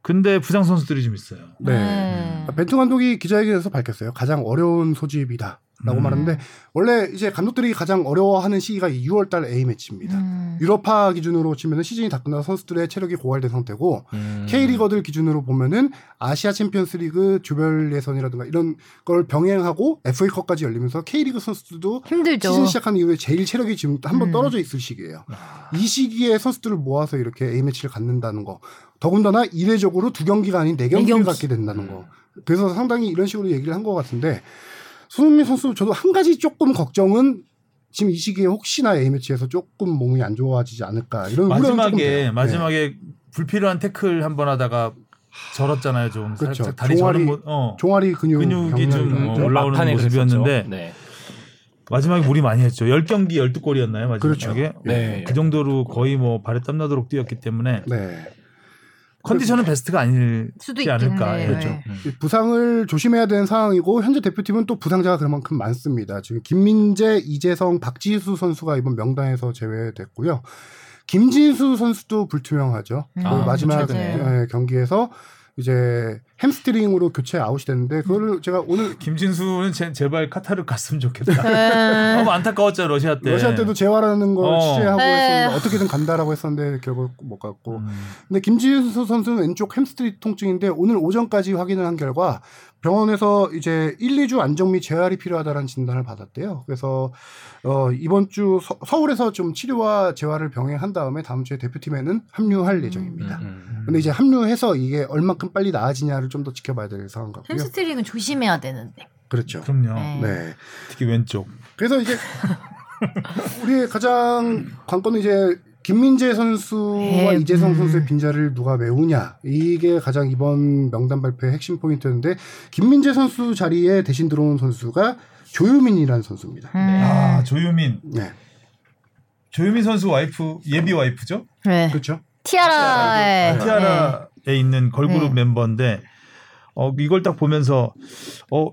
S2: 근데 부상 선수들이 좀 있어요.
S4: 네. 벤투 감독이 기자회견에서 밝혔어요. 가장 어려운 소집이다라고
S2: 음.
S4: 말하는데 원래 이제 감독들이 가장 어려워하는 시기가 6월달 A 매치입니다.
S5: 음.
S4: 유럽파 기준으로 치면 시즌이 다 끝나서 선수들의 체력이 고갈된 상태고
S3: 음.
S4: K리거들 기준으로 보면은 아시아 챔피언스리그 조별 예선이라든가 이런 걸 병행하고 FA컵까지 열리면서 K리그 선수들도
S5: 힘들죠.
S4: 시즌 시작한 이후에 제일 체력이 지금 한 번
S5: 음.
S4: 떨어져 있을 시기예요.
S2: 아.
S4: 이 시기에 선수들을 모아서 이렇게 A 매치를 갖는다는 거, 더군다나 이례적으로 두 경기가 아닌 네 경기를
S5: 경기.
S4: 갖게 된다는 거.
S2: 음.
S4: 그래서 상당히 이런 식으로 얘기를 한 것 같은데 손흥민 선수 저도 한 가지 조금 걱정은 지금 이 시기에 혹시나 A 매치에서 조금 몸이 안 좋아지지 않을까 이런 우려는 조금 돼요.
S2: 마지막에
S4: 네.
S2: 마지막에 불필요한 태클 한 번 하다가 절었잖아요, 좀
S4: 그렇죠.
S2: 살짝 다리
S4: 종아리-
S2: 저는 모- 어.
S4: 네. 종아리 근육
S2: 근육이
S4: 경련이
S2: 좀
S4: 나죠.
S2: 어, 올라오는
S3: 뭐 막판에
S2: 모습이었는데.
S3: 그랬었죠. 네.
S2: 마지막에 무리 많이 했죠. 10경기 12골이었나요, 마지막에?
S4: 그렇죠.
S3: 네.
S2: 그 정도로 거의 뭐 발에 땀 나도록 뛰었기 때문에
S4: 네.
S2: 컨디션은
S4: 그렇죠.
S2: 베스트가 아닐
S5: 수도
S2: 있지
S5: 있긴
S2: 않을까.
S5: 해.
S2: 예.
S5: 그렇죠.
S4: 이 부상을 조심해야 되는 상황이고 현재 대표팀은 또 부상자가 그만큼 많습니다. 지금 김민재, 이재성, 박지수 선수가 이번 명단에서 제외됐고요. 김진수 선수도 불투명하죠.
S5: 음.
S4: 그
S3: 아,
S4: 마지막
S5: 최근에.
S4: 예, 경기에서 이제 햄스트링으로 교체 아웃이 됐는데
S5: 음.
S4: 그거를 제가 오늘
S2: 김진수는 제, 제발 카타르 갔으면 좋겠다.
S1: 네.
S2: 너무 안타까웠잖아 러시아 때.
S4: 러시아 때도 재활하는 걸
S2: 어.
S4: 취재하고
S5: 네.
S4: 했었는데 어떻게든 간다라고 했었는데 결국 못 갔고.
S2: 음,
S4: 근데 김진수 선수는 왼쪽 햄스트링 통증인데 오늘 오전까지 확인을 한 결과 병원에서 이제 1, 2주 안정 및 재활이 필요하다라는 진단을 받았대요. 그래서 어 이번 주 서, 서울에서 좀 치료와 재활을 병행한 다음에 다음 주에 대표팀에는 합류할 예정입니다.
S3: 음.
S4: 근데 이제 합류해서 이게 얼마큼 빨리 나아지냐를 좀 더 지켜봐야 될 상황 같고요.
S5: 햄스트링은 조심해야 되는데.
S4: 그렇죠.
S2: 그럼요.
S5: 네.
S4: 네.
S2: 특히 왼쪽.
S4: 그래서 이제 우리의 가장 관건은 이제 김민재 선수와
S5: 에이,
S4: 이재성
S5: 음.
S4: 선수의 빈자리를 누가 메우냐 이게 가장 이번 명단 발표의 핵심 포인트였는데 김민재 선수 자리에 대신 들어온 선수가 조유민이라는 선수입니다.
S1: 네.
S5: 음.
S2: 아 조유민.
S4: 네,
S2: 조유민 선수 와이프 예비 와이프죠?
S5: 네.
S4: 그렇죠. 네,
S5: 티아라의
S2: 티아라에 있는 걸그룹
S5: 네.
S2: 멤버인데 어, 이걸 딱 보면서 어,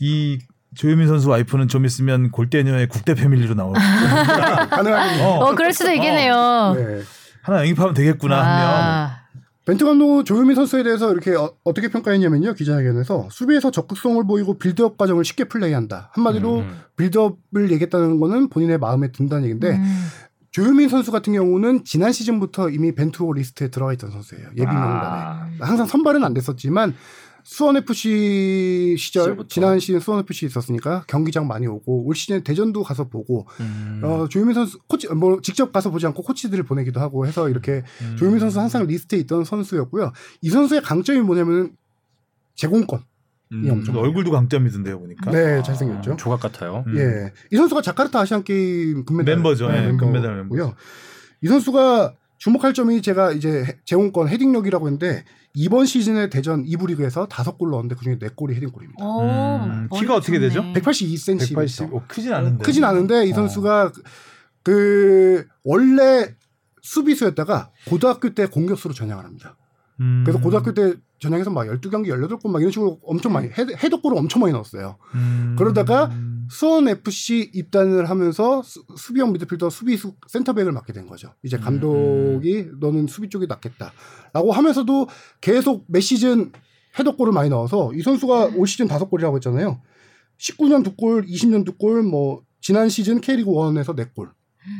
S2: 이 조유민 선수 와이프는 좀 있으면 골대녀의 국대 패밀리로 나올 거야.
S4: 가능하군요.
S2: 어,
S5: 어, 그럴 수도 있겠네요.
S4: 네.
S2: 하나 영입하면 되겠구나 하면
S5: 아.
S4: 벤투 감독은 조유민 선수에 대해서 이렇게 어, 떻게 평가했냐면요 기자회견에서 수비에서 적극성을 보이고 빌드업 과정을 쉽게 플레이한다 한마디로
S3: 음.
S4: 빌드업을 얘기했다는 거는 본인의 마음에 든다는 얘기인데
S5: 음.
S4: 조유민 선수 같은 경우는 지난 시즌부터 이미 벤투호 리스트에 들어가 있던 선수예요. 예비
S2: 아.
S4: 명단에. 항상 선발은 안 됐었지만 수원 FC 시절
S3: 시절부터.
S4: 지난 시즌 수원 FC 있었으니까 경기장 많이 오고 올 시즌 대전도 가서 보고
S3: 음.
S4: 어, 조유민 선수 코치 뭐 직접 가서 보지 않고 코치들을 보내기도 하고 해서 이렇게
S2: 음.
S4: 조유민 선수 항상 리스트에 있던 선수였고요. 이 선수의 강점이 뭐냐면 제공권.
S3: 음.
S4: 이 엄청-
S2: 근데 얼굴도 강점이던데요 보니까. 아.
S4: 네, 잘생겼죠.
S3: 조각 같아요.
S2: 그러니까? 음.
S4: 예. 이 선수가 자카르타 아시안 게임 금메달
S2: 멤버죠. 예, 금메달 멤버죠.
S4: 네, 이 선수가 주목할 점이 제가 이제 해- 제공권 헤딩력이라고 했는데 이번 시즌에 대전 2부 리그에서 5골 넣었는데 그중에 4골이 헤딩골입니다.
S5: 오,
S2: 음,
S5: 어, 머리
S2: 키가 어떻게 되죠?
S5: 좋네.
S4: 182cm.
S2: 180. 어, 크진 않은데.
S4: 크진 않은데 이
S2: 어.
S4: 선수가 그- 그 원래 수비수였다가 고등학교 때 공격수로 전향을 합니다.
S2: 음.
S4: 그래서 고등학교 때 전향해서 막 12경기 18골 막 이런 식으로 엄청 많이 헤드- 헤드골을 엄청 많이 넣었어요.
S2: 음.
S4: 그러다가
S2: 음.
S4: 수원 FC 입단을 하면서 수, 수비형 미드필더 수비수 센터백을 맡게 된 거죠. 이제
S2: 음,
S4: 감독이 너는 수비 쪽이 낫겠다라고 하면서도 계속 몇 시즌 헤더골을 많이 넣어서 이 선수가 올 시즌 다섯 골이라고 했잖아요. 19년 두 골, 20년 두 골, 뭐 지난 시즌 K리그 1에서 네 골,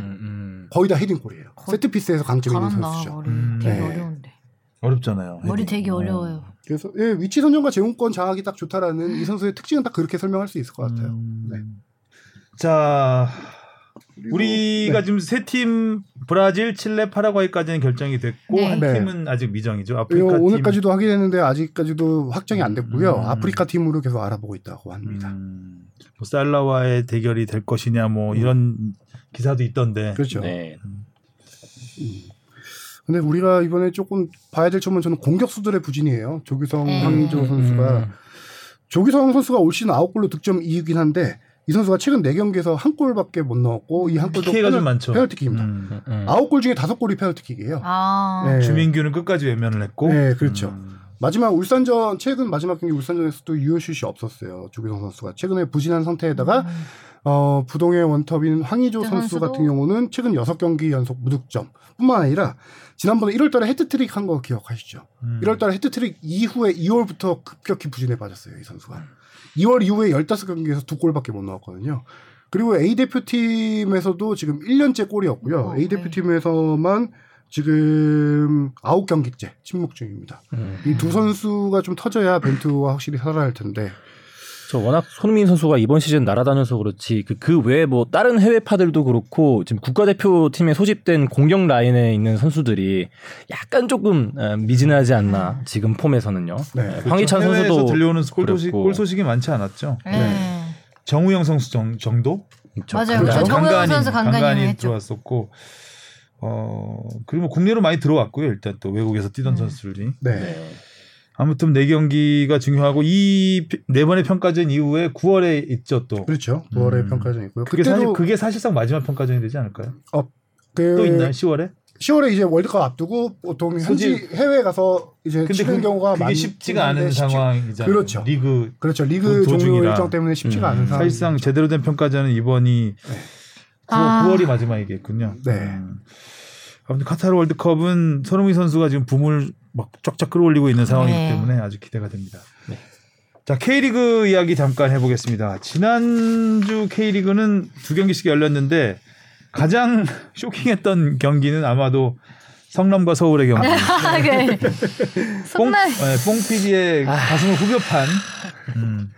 S3: 음,
S4: 거의 다 헤딩골이에요.
S5: 거-
S4: 세트 피스에서 강점 있는
S5: 잘한다.
S4: 선수죠.
S5: 머리
S2: 음.
S5: 되게
S4: 네.
S5: 어려운데.
S2: 어렵잖아요.
S5: 머리
S2: 헤딩.
S5: 되게
S2: 어.
S5: 어려워요.
S4: 그래서 예, 위치 선정과 제공권 장악이 딱 좋다라는 이 선수의 특징은 딱 그렇게 설명할 수 있을 것 같아요.
S2: 음.
S4: 네.
S2: 자,
S4: 그리고-
S2: 우리가
S4: 네.
S2: 지금 세 팀 브라질, 칠레, 파라과이까지는 결정이 됐고
S5: 네.
S2: 한
S4: 네.
S2: 팀은 아직 미정이죠.
S4: 이거
S2: 아프리카 팀.
S4: 오늘까지도 확인했는데 아직까지도 확정이 안 됐고요.
S2: 음.
S4: 아프리카 팀으로 계속 알아보고 있다고 합니다.
S2: 음, 뭐 살라와의 대결이 될 것이냐 뭐 이런 기사도 있던데.
S4: 음. 그렇죠.
S3: 네.
S4: 근데 우리가 이번에 조금 봐야 될 점은 저는 공격수들의 부진이에요. 조규성,
S5: 네.
S4: 황의조 선수가
S3: 음.
S4: 조규성 선수가 올 시즌 9골로 득점 2위긴 한데 이 선수가 최근 4경기에서 한 골밖에 못 넣었고 이 한 골도
S2: 피해가 좀 많죠.
S4: 페널티킥입니다.
S2: 음.
S3: 음.
S4: 아홉 골 중에 다섯 골이 페널티킥이에요.
S5: 아,
S4: 네.
S2: 주민규는 끝까지 외면을 했고.
S4: 네, 그렇죠.
S2: 음.
S4: 마지막 울산전 최근 마지막 경기 울산전에서도 유효슛이 없었어요. 조규성 선수가 최근에 부진한 상태에다가
S5: 음.
S4: 어, 부동의 원톱인 황의조
S5: 그
S4: 선수
S5: 선수도-
S4: 같은 경우는 최근 6경기 연속 무득점 뿐만 아니라 지난번에 1월달에 헤트트릭 한 거 기억하시죠?
S2: 음.
S4: 1월달에 헤트트릭 이후에 2월부터 급격히 부진해 빠졌어요, 이 선수가. 2월 이후에 15경기에서 두 골밖에 못 넣었거든요. 그리고 A 대표팀에서도 지금 1년째 골이었고요.
S5: 어,
S4: A 대표팀에서만 지금 9경기째 침묵 중입니다.
S3: 음.
S4: 이 두 선수가 좀 터져야 벤투가 확실히 살아날 텐데.
S3: 저 워낙 손흥민 선수가 이번 시즌 날아다녀서 그렇지 그, 그 외에 뭐 다른 해외파들도 그렇고 지금 국가대표팀에 소집된 공격 라인에 있는 선수들이 약간 조금 어, 미진하지 않나 지금 폼에서는요.
S4: 네.
S3: 황희찬
S2: 그렇죠. 해외에서
S3: 선수도
S2: 들려오는 골 소식,
S3: 그랬고.
S2: 골 소식이 많지 않았죠.
S5: 네.
S4: 네.
S2: 정우영 선수 정, 정도?
S3: 저
S5: 맞아요.
S3: 네, 그냥
S5: 그렇죠. 정우영 선수 간간히 했죠.
S2: 들어왔었고 어 그리고 국내로 많이 들어왔고요. 일단 또 외국에서 뛰던 선수들이
S4: 네.
S3: 네.
S2: 아무튼 네 경기가 중요하고 이 네 번의 평가전 이후에 9월에 있죠 또.
S4: 그렇죠. 9월에
S2: 음.
S4: 평가전 있고요.
S2: 그게 사실
S4: 그때도
S2: 그게 사실상 마지막 평가전이 되지 않을까요?
S4: 그
S2: 또 있나요? 10월에?
S4: 10월에 이제 월드컵 앞두고 보통 현지 해외 가서 이제 치는
S2: 그,
S4: 경우가
S2: 그게
S4: 많긴
S2: 쉽지가
S4: 한데
S2: 않은
S4: 쉽지-
S2: 상황이잖아요.
S4: 그렇죠.
S2: 리그
S4: 그렇죠. 리그
S2: 도-
S4: 종료
S2: 도중이라.
S4: 일정 때문에 쉽지가
S3: 음.
S4: 않은
S1: 아.
S4: 상황.
S2: 사실상 제대로
S1: 네.
S2: 된 평가전은 이번이 9월,
S5: 아.
S2: 이 마지막이겠군요.
S4: 네.
S2: 음. 아무튼 카타르 월드컵은 손흥민 선수가 지금 붐을 막 쫙쫙 끌어올리고 있는 상황이기
S1: 네.
S2: 때문에 아주 기대가 됩니다. 자 K리그 이야기 잠깐 해보겠습니다. 지난주 K리그는 두 경기씩 열렸는데 가장 쇼킹했던 경기는 아마도 성남과 서울의 경기.
S1: 아,
S5: 네.
S1: 그래.
S2: 뽕,
S1: 성남
S2: 네, 뽕 PD의
S1: 아.
S2: 가슴을 후벼판. 음,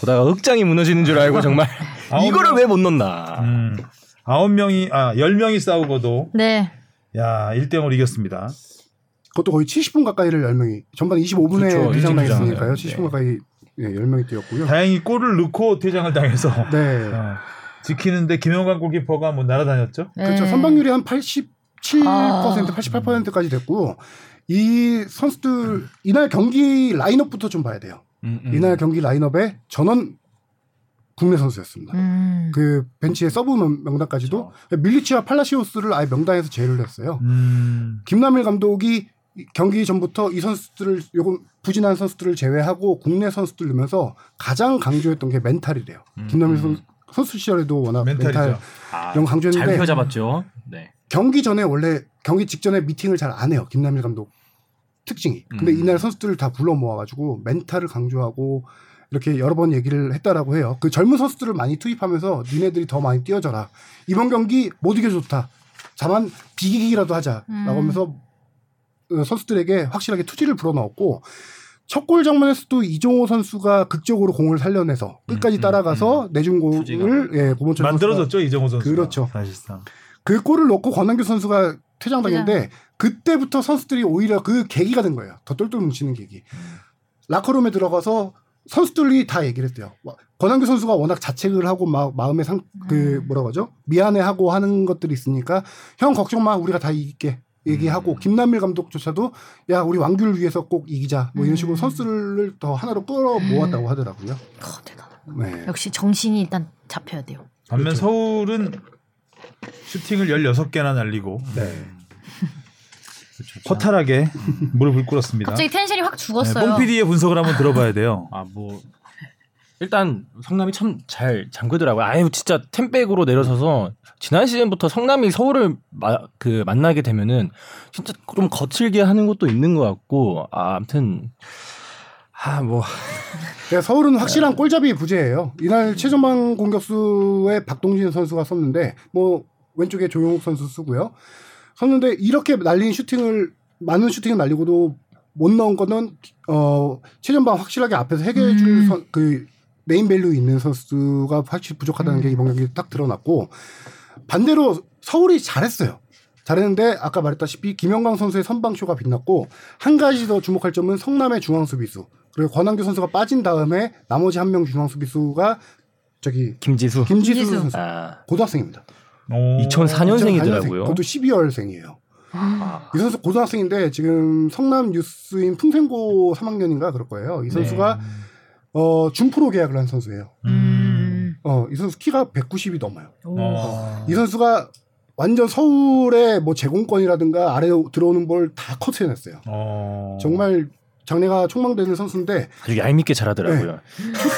S3: 보다가 억장이 무너지는 줄 알고 정말
S2: 아홉
S3: 이거를 왜 못 넣나?
S2: 음, 아홉 명이 아 열 명이 싸우고도
S1: 네.
S2: 야 1대0으로 이겼습니다.
S4: 그것도 거의 70분 가까이를 10명이 전반 25분에
S3: 그렇죠.
S4: 퇴장당했으니까요.
S3: 네.
S4: 70분 가까이 예, 10명이 뛰었고요.
S2: 다행히 골을 넣고 퇴장을 당해서
S4: 네.
S2: 어, 지키는데 김영관 골키퍼가 뭐 날아다녔죠.
S4: 그렇죠.
S1: 네.
S4: 선방률이 한 87%,
S1: 아.
S4: 88%까지 됐고 이 선수들 이날 경기 라인업부터 좀 봐야 돼요.
S3: 음, 음.
S4: 이날 경기 라인업에 전원 국내 선수였습니다.
S1: 음.
S4: 그 벤치의 서브 명- 명단까지도 밀리치와 팔라시오스를 아예 명단에서 제외를 했어요.
S2: 음,
S4: 김남일 감독이 이 경기 전부터 이 선수들을 요건 부진한 선수들을 제외하고 국내 선수들 넣으면서 가장 강조했던 게 멘탈이래요. 김남일 선, 선수 시절에도 워낙
S2: 음,
S4: 멘탈
S2: 멘탈이죠.
S3: 음, 아,
S4: 영 강조했는데
S3: 잘 휘어잡았죠. 네.
S4: 경기 전에 원래 경기 직전에 미팅을 잘 안 해요. 김남일 감독 특징이. 근데
S3: 음.
S4: 이날 선수들을 다 불러 모아가지고 멘탈을 강조하고 이렇게 여러 번 얘기를 했다라고 해요. 그 젊은 선수들을 많이 투입하면서 니네들이 더 많이 뛰어져라. 이번 경기 못 이겨 좋다. 자만 비기기라도 하자라고
S1: 음.
S4: 하면서 어, 선수들에게 확실하게 투지를 불어넣었고 첫 골 장면에서도 이종호 선수가 극적으로 공을 살려내서 끝까지
S3: 음,
S4: 따라가서 내준
S3: 투지가.
S4: 공을 예, 고문철 선수가
S2: 만들어졌죠 이정호 선수.
S4: 그렇죠.
S2: 사실상.
S4: 그 골을 넣고 권한규 선수가 퇴장당했는데 그때부터 선수들이 오히려 그 계기가 된 거예요. 더 똘똘 뭉치는 계기. 라커룸에 들어가서 선수들이 다 얘기를 했대요. 와, 권한규 선수가 워낙 자책을 하고 막 마음에 상, 그 뭐라고 하죠? 미안해하고 하는 것들이 있으니까 형 걱정 마. 우리가 다 이길게. 얘기하고 김남일 감독조차도 야 우리 왕규를 위해서 꼭 이기자 뭐 이런 식으로 선수를 더 하나로 끌어 모았다고 하더라고요.
S5: 그
S1: 어, 대단하다.
S4: 네.
S1: 역시 정신이 일단 잡혀야 돼요.
S2: 반면 서울은 슈팅을 16개나 날리고 음. 그렇죠. 허탈하게 무릎을 꿇었습니다. 네,
S1: 갑자기 텐션이 확 죽었어요.
S2: 뽕피디의 분석을 한번 들어봐야 돼요.
S3: 아 뭐 일단 성남이 참 잘 잠그더라고요. 아유 진짜 템백으로 내려서서 지난 시즌부터 성남이 서울을 마, 그 만나게 되면은 진짜 좀 거칠게 하는 것도 있는 것 같고 아, 아무튼 아뭐
S4: 네, 서울은 확실한 골잡이 부재예요. 이날 최전방 공격수에 박동진 선수가 섰는데 뭐 왼쪽에 조용욱 선수 쓰고요. 섰는데 이렇게 날린 슈팅을 많은 슈팅을 날리고도 못 넣은 거는 어 최전방 확실하게 앞에서 해결해
S1: 음.
S4: 줄그 네임밸류 있는 선수가 확실히 부족하다는 게 이번 경기 딱 드러났고 반대로 서울이 잘했어요. 잘했는데 아까 말했다시피 김영광 선수의 선방쇼가 빛났고 한 가지 더 주목할 점은 성남의 중앙 수비수 그리고 권한규 선수가 빠진 다음에 나머지 한 명 중앙 수비수가 저기 김지수,
S3: 김지수
S1: 김지수.
S4: 선수
S3: 아
S4: 고등학생입니다.
S2: 오.
S3: 2004년생이더라고요.
S4: 그것도 12월생이에요.
S5: 음.
S3: 아,
S4: 이 선수 고등학생인데 지금 성남 뉴스인 풍생고 3학년인가 그럴 거예요. 이
S3: 네.
S4: 선수가
S2: 네.
S4: 어 준프로 계약을 한 선수예요.
S1: 음.
S4: 어, 이 선수 키가 190이 넘어요.
S1: 오.
S3: 아.
S2: 어.
S4: 이 선수가 완전 서울의 뭐 제공권이라든가 아래 들어오는 볼 다 커트해냈어요.
S3: 아.
S2: 어.
S4: 정말 장래가 촉망되는 선수인데
S3: 아주 얄밉게 잘하더라고요.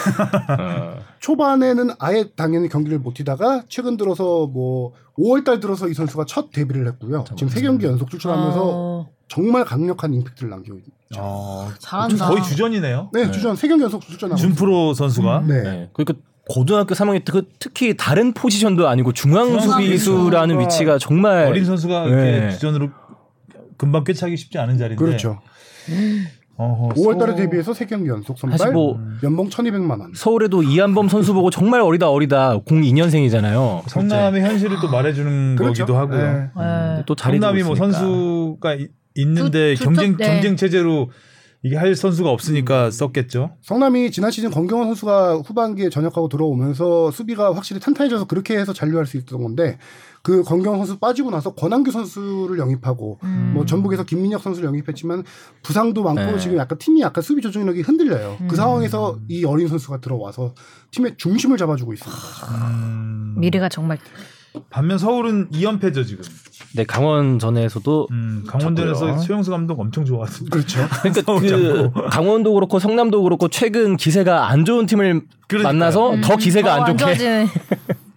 S3: 어,
S4: 초반에는 아예 당연히 경기를 못 뛰다가 최근 들어서 뭐 5월달 들어서 이 선수가 첫 데뷔를 했고요. 지금 세 경기 연속 출전하면서
S1: 어,
S4: 정말 강력한 임팩트를 남기고 있는.
S2: 어.
S1: 잘한다.
S2: 거의 주전이네요.
S4: 네,
S3: 네.
S4: 주전 세 경기 연속 출전하고.
S2: 준프로 선수가
S4: 있어요. 아, 네.
S3: 네. 그러니까 고등학교 3학년 때 그 특히 다른 포지션도 아니고 중앙
S2: 중앙
S3: 수비수라는
S2: 수비수가
S3: 위치가 정말
S2: 어린 선수가
S3: 네.
S2: 이렇게 주전으로 금방 꿰차기 쉽지 않은 자리인데.
S4: 그렇죠.
S2: 어허,
S4: 5월달에
S2: 서-
S4: 데뷔해서 세 경기 연속 선발.
S3: 네. 사실 뭐
S4: 연봉 1,200만 원.
S3: 서울에도 이한범 선수 보고 정말 어리다 어리다 02년생이잖아요.
S2: 성남의 현실을 또 말해주는
S4: 네. 그렇죠.
S2: 거기도 하고요.
S4: 네.
S1: 예.
S3: 또 자리
S2: 성남이 뭐 선수가 이- 있는데
S1: 두- 두
S2: 경쟁
S1: 톱, 네.
S2: 경쟁 체제로 이게 할 선수가
S3: 음.
S2: 없으니까 썼겠죠.
S4: 성남이 지난 시즌 권경원 선수가 후반기에 전역하고 들어오면서 수비가 확실히 탄탄해져서 그렇게 해서 잔류할 수 있었던 건데 그 권경원 선수 빠지고 나서 권한규 선수를 영입하고
S1: 음.
S4: 뭐 전북에서 김민혁 선수를 영입했지만 부상도 많고
S3: 네.
S4: 지금 약간 팀이 약간 수비 조정력이 흔들려요.
S1: 음.
S4: 그 상황에서 이 어린 선수가 들어와서 팀의 중심을 잡아주고 있습니다.
S1: 미래가 정말
S2: 음, 반면 서울은 2연패죠 지금.
S3: 네 강원전에서도
S2: 음, 강원전에서
S3: 좋고요.
S2: 소영수 감독 엄청 좋아하던데.
S4: 그렇죠.
S3: 그러니까
S2: 서울
S3: 그
S2: 잡고.
S3: 강원도 그렇고 성남도 그렇고 최근 기세가 안 좋은 팀을
S2: 그러니까요.
S3: 만나서 어, 더 기세가
S1: 음,
S3: 안 좋게
S1: 좋아지는.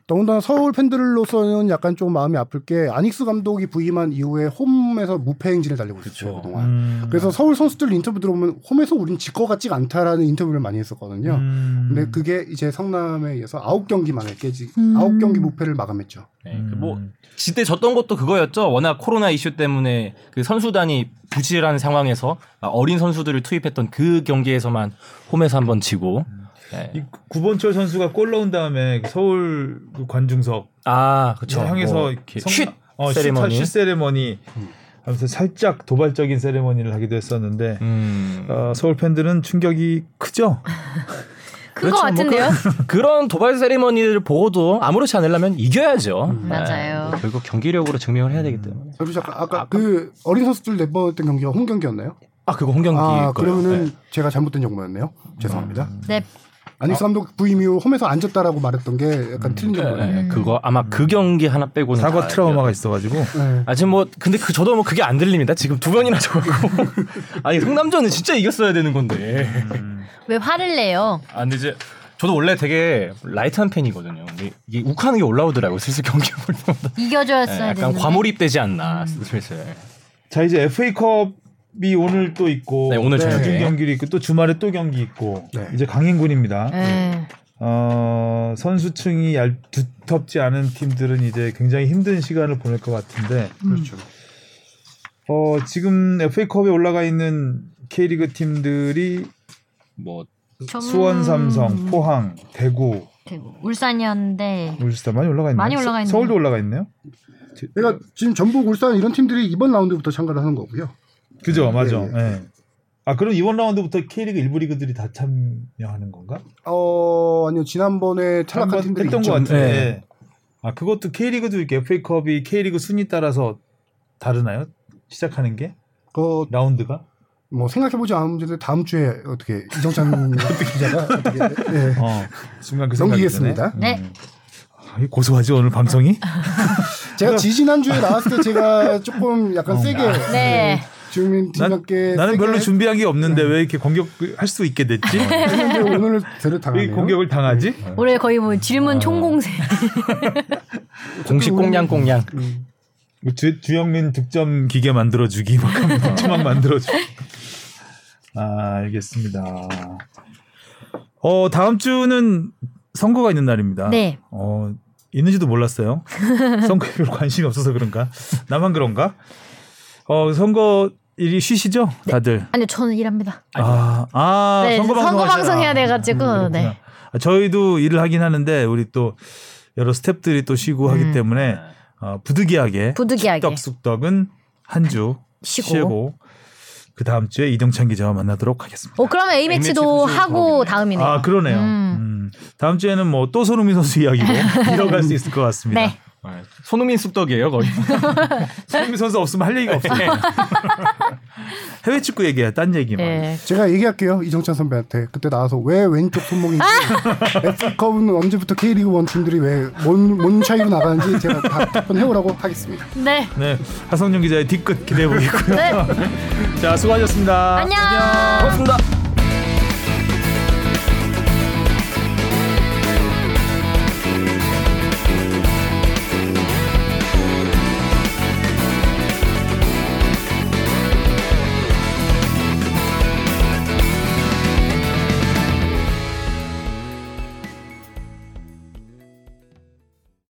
S4: 더군다나 서울 팬들로서는 약간 좀 마음이 아플 게 아닉스 감독이 부임한 이후에 홈에서 무패 행진을 달리고 있었죠
S3: 그쵸.
S4: 그동안.
S2: 음.
S4: 아, 그래서 서울 선수들 인터뷰 들어보면 홈에서 우린 질 것 같지가 않다라는 인터뷰를 많이 했었거든요.
S2: 음.
S4: 근데 네, 그게 이제 성남에 의해서 아홉 경기 만에 깨지
S1: 음.
S4: 아홉 경기 무패를 마감했죠.
S3: 네,
S2: 음.
S3: 그뭐 지때 졌던 것도 그거였죠. 워낙 코로나 이슈 때문에 그 선수단이 부실한 상황에서 어린 선수들을 투입했던 그 경기에서만 홈에서 한 번 지고. 네.
S2: 이 구본철 선수가 골 넣은 다음에 서울 그 관중석
S3: 아, 그렇죠.
S2: 네, 향해서
S3: 뭐
S2: 이렇게
S3: 쉿
S2: 어,
S3: 세레머니.
S2: 쉿 세레머니 하면서 살짝 도발적인 세레머니를 하기도 했었는데
S3: 음.
S2: 어, 서울 팬들은 충격이 크죠.
S1: 그거
S3: 그렇죠. 뭐
S1: 같은데요?
S3: 그런 도발 세리머니를 보고도 아무렇지 않으려면 이겨야죠. 네. 음.
S5: 맞아요.
S3: 결국 경기력으로 증명을 해야 되기 때문에.
S4: 잠시 잠깐 아까 그 어린 선수들 내보냈던 경기가 홈 경기였나요?
S3: 아, 그거 홈 경기.
S4: 아
S3: 거예요.
S4: 그러면은
S3: 네.
S4: 제가 잘못된 정보였네요. 죄송합니다.
S1: 음.
S5: 네.
S4: 아닉스 감독 부임 이후 홈에서 안 졌다라고 말했던 게 약간 틀린 정보네요.
S3: 네, 그거 아마 그 경기 하나 빼고는
S2: 사과
S3: 다
S2: 트라우마가 있어가지고
S4: 네.
S3: 아 지금 뭐 근데 그 저도 뭐 그게 안 들립니다. 지금 두 번이나 적었고 아니 성남전은 진짜 이겼어야 되는 건데.
S5: 왜 화를 내요?
S3: 아 근데 이제 저도 원래 되게 라이트한 팬이거든요. 근데 이게 욱하는 게 올라오더라고 요 슬슬 경기 볼 때마다. 음. 네,
S5: 이겨줘야
S3: 약간
S5: 되는데.
S3: 과몰입되지 않나 슬슬.
S2: 자 이제 FA컵이 오늘 또 있고
S3: 네, 오늘
S4: 네.
S3: 저녁에.
S2: 주중 경기도 있고 또 주말에 또 경기 있고
S4: 네.
S2: 이제 강행군입니다.
S1: 네.
S5: 예.
S2: 어, 선수층이 얇, 두텁지 않은 팀들은 이제 굉장히 힘든 시간을 보낼 것 같은데
S5: 음.
S1: 음.
S4: 그렇죠.
S2: 어, 지금 FA컵에 올라가 있는 K리그 팀들이
S3: 뭐
S5: 좀-
S2: 수원, 삼성, 포항, 대구,
S5: 대구. 울산이었는데
S2: 울산 많이 올라가 있네요.
S5: 많이 올라가 있네요.
S2: 서- 서울도 올라가 있네요.
S4: 그러니까 지금 전북 울산 이런 팀들이 이번 라운드부터 참가를 하는 거고요.
S2: 그죠, 맞아.
S4: 예,
S2: 예. 아 그럼 이번 라운드부터 K리그 일부 리그들이 다 참여하는 건가?
S4: 어 아니요 지난번에 탈락한
S2: 한번
S4: 팀들이
S2: 했던
S4: 있죠.
S2: 것 같은데.
S3: 네.
S2: 아 그것도 K리그도 이렇게 FA컵이 K리그 순위 따라서 다르나요? 시작하는 게
S4: 그거
S2: 라운드가?
S4: 뭐 생각해보지 않은데 다음 주에 어떻게 이정찬 기자가 어떻게 예.
S2: 어, 순간 그 생각이
S4: 넘기겠습니다.
S2: 드네.
S5: 네.
S2: 아, 이 고소하지 오늘 방송이?
S4: 제가 지지난 주에 나왔을 때 제가 조금 약간
S2: 어.
S4: 세게
S5: 네.
S4: 주민 팀장께
S2: 나는 별로
S4: 세게
S2: 준비한 게
S4: 네.
S2: 없는데 왜 이렇게 공격할 수 있게 됐지?
S4: 했는데 오늘 대를
S2: 왜
S4: 네. 당하네요.
S2: 공격을 당하지?
S5: 올해 거의 뭐 질문 총공세.
S3: 공식 꽁냥꽁냥.
S2: 뭐 주, 주영민 득점 기계 만들어주기 뭐 막 하면 득점왕 만들어주기 아 알겠습니다 어 다음 주는 선거가 있는 날입니다
S5: 네.
S2: 어 있는지도 몰랐어요 선거에 별 관심이 없어서 그런가 나만 그런가 어 선거 일이 쉬시죠 다들
S5: 네. 아니요, 저는 일합니다.
S2: 아, 아
S5: 네,
S2: 선거 방송
S5: 선거
S2: 하시나. 아,
S5: 방송 해야 돼가지고,
S2: 그렇구나.
S5: 네.
S2: 아, 저희도 일을 하긴 하는데 우리 또 여러 스탭들이 또 쉬고 하기 때문에 어, 부득이하게
S5: 음. 부득이하게.
S2: 떡숙떡은 한 주
S5: 쉬고.
S2: 쉬고 그 다음 주에 이동찬 기자와 만나도록 하겠습니다.
S5: 어, 그러면 A매치도
S3: A매치
S5: 하고
S3: 소식으로
S5: 다음이네요.
S2: 아 그러네요. 음. 다음 주에는 뭐 또 손흥민 선수 이야기로 이어갈 수 있을 것 같습니다.
S5: 네.
S3: 네. 손흥민 쑥덕이에요 거의.
S2: 손흥민 선수 없으면 할 얘기가 없어요. 해외 축구 얘기야, 딴 얘기만.
S5: 예.
S4: 제가 얘기할게요 이정찬 선배한테 그때 나와서 왜 왼쪽
S2: 아!
S4: 손목인지 FC컵은 언제부터 K리그 원 팀들이 왜뭔 뭔 차이로 나가는지 제가 다 답변 해오라고 하겠습니다.
S5: 네.
S2: 네, 하성룡 기자의 뒤끝 기대해 보겠고요.
S5: 네.
S2: 자, 수고하셨습니다.
S5: 안녕.
S3: 고맙습니다.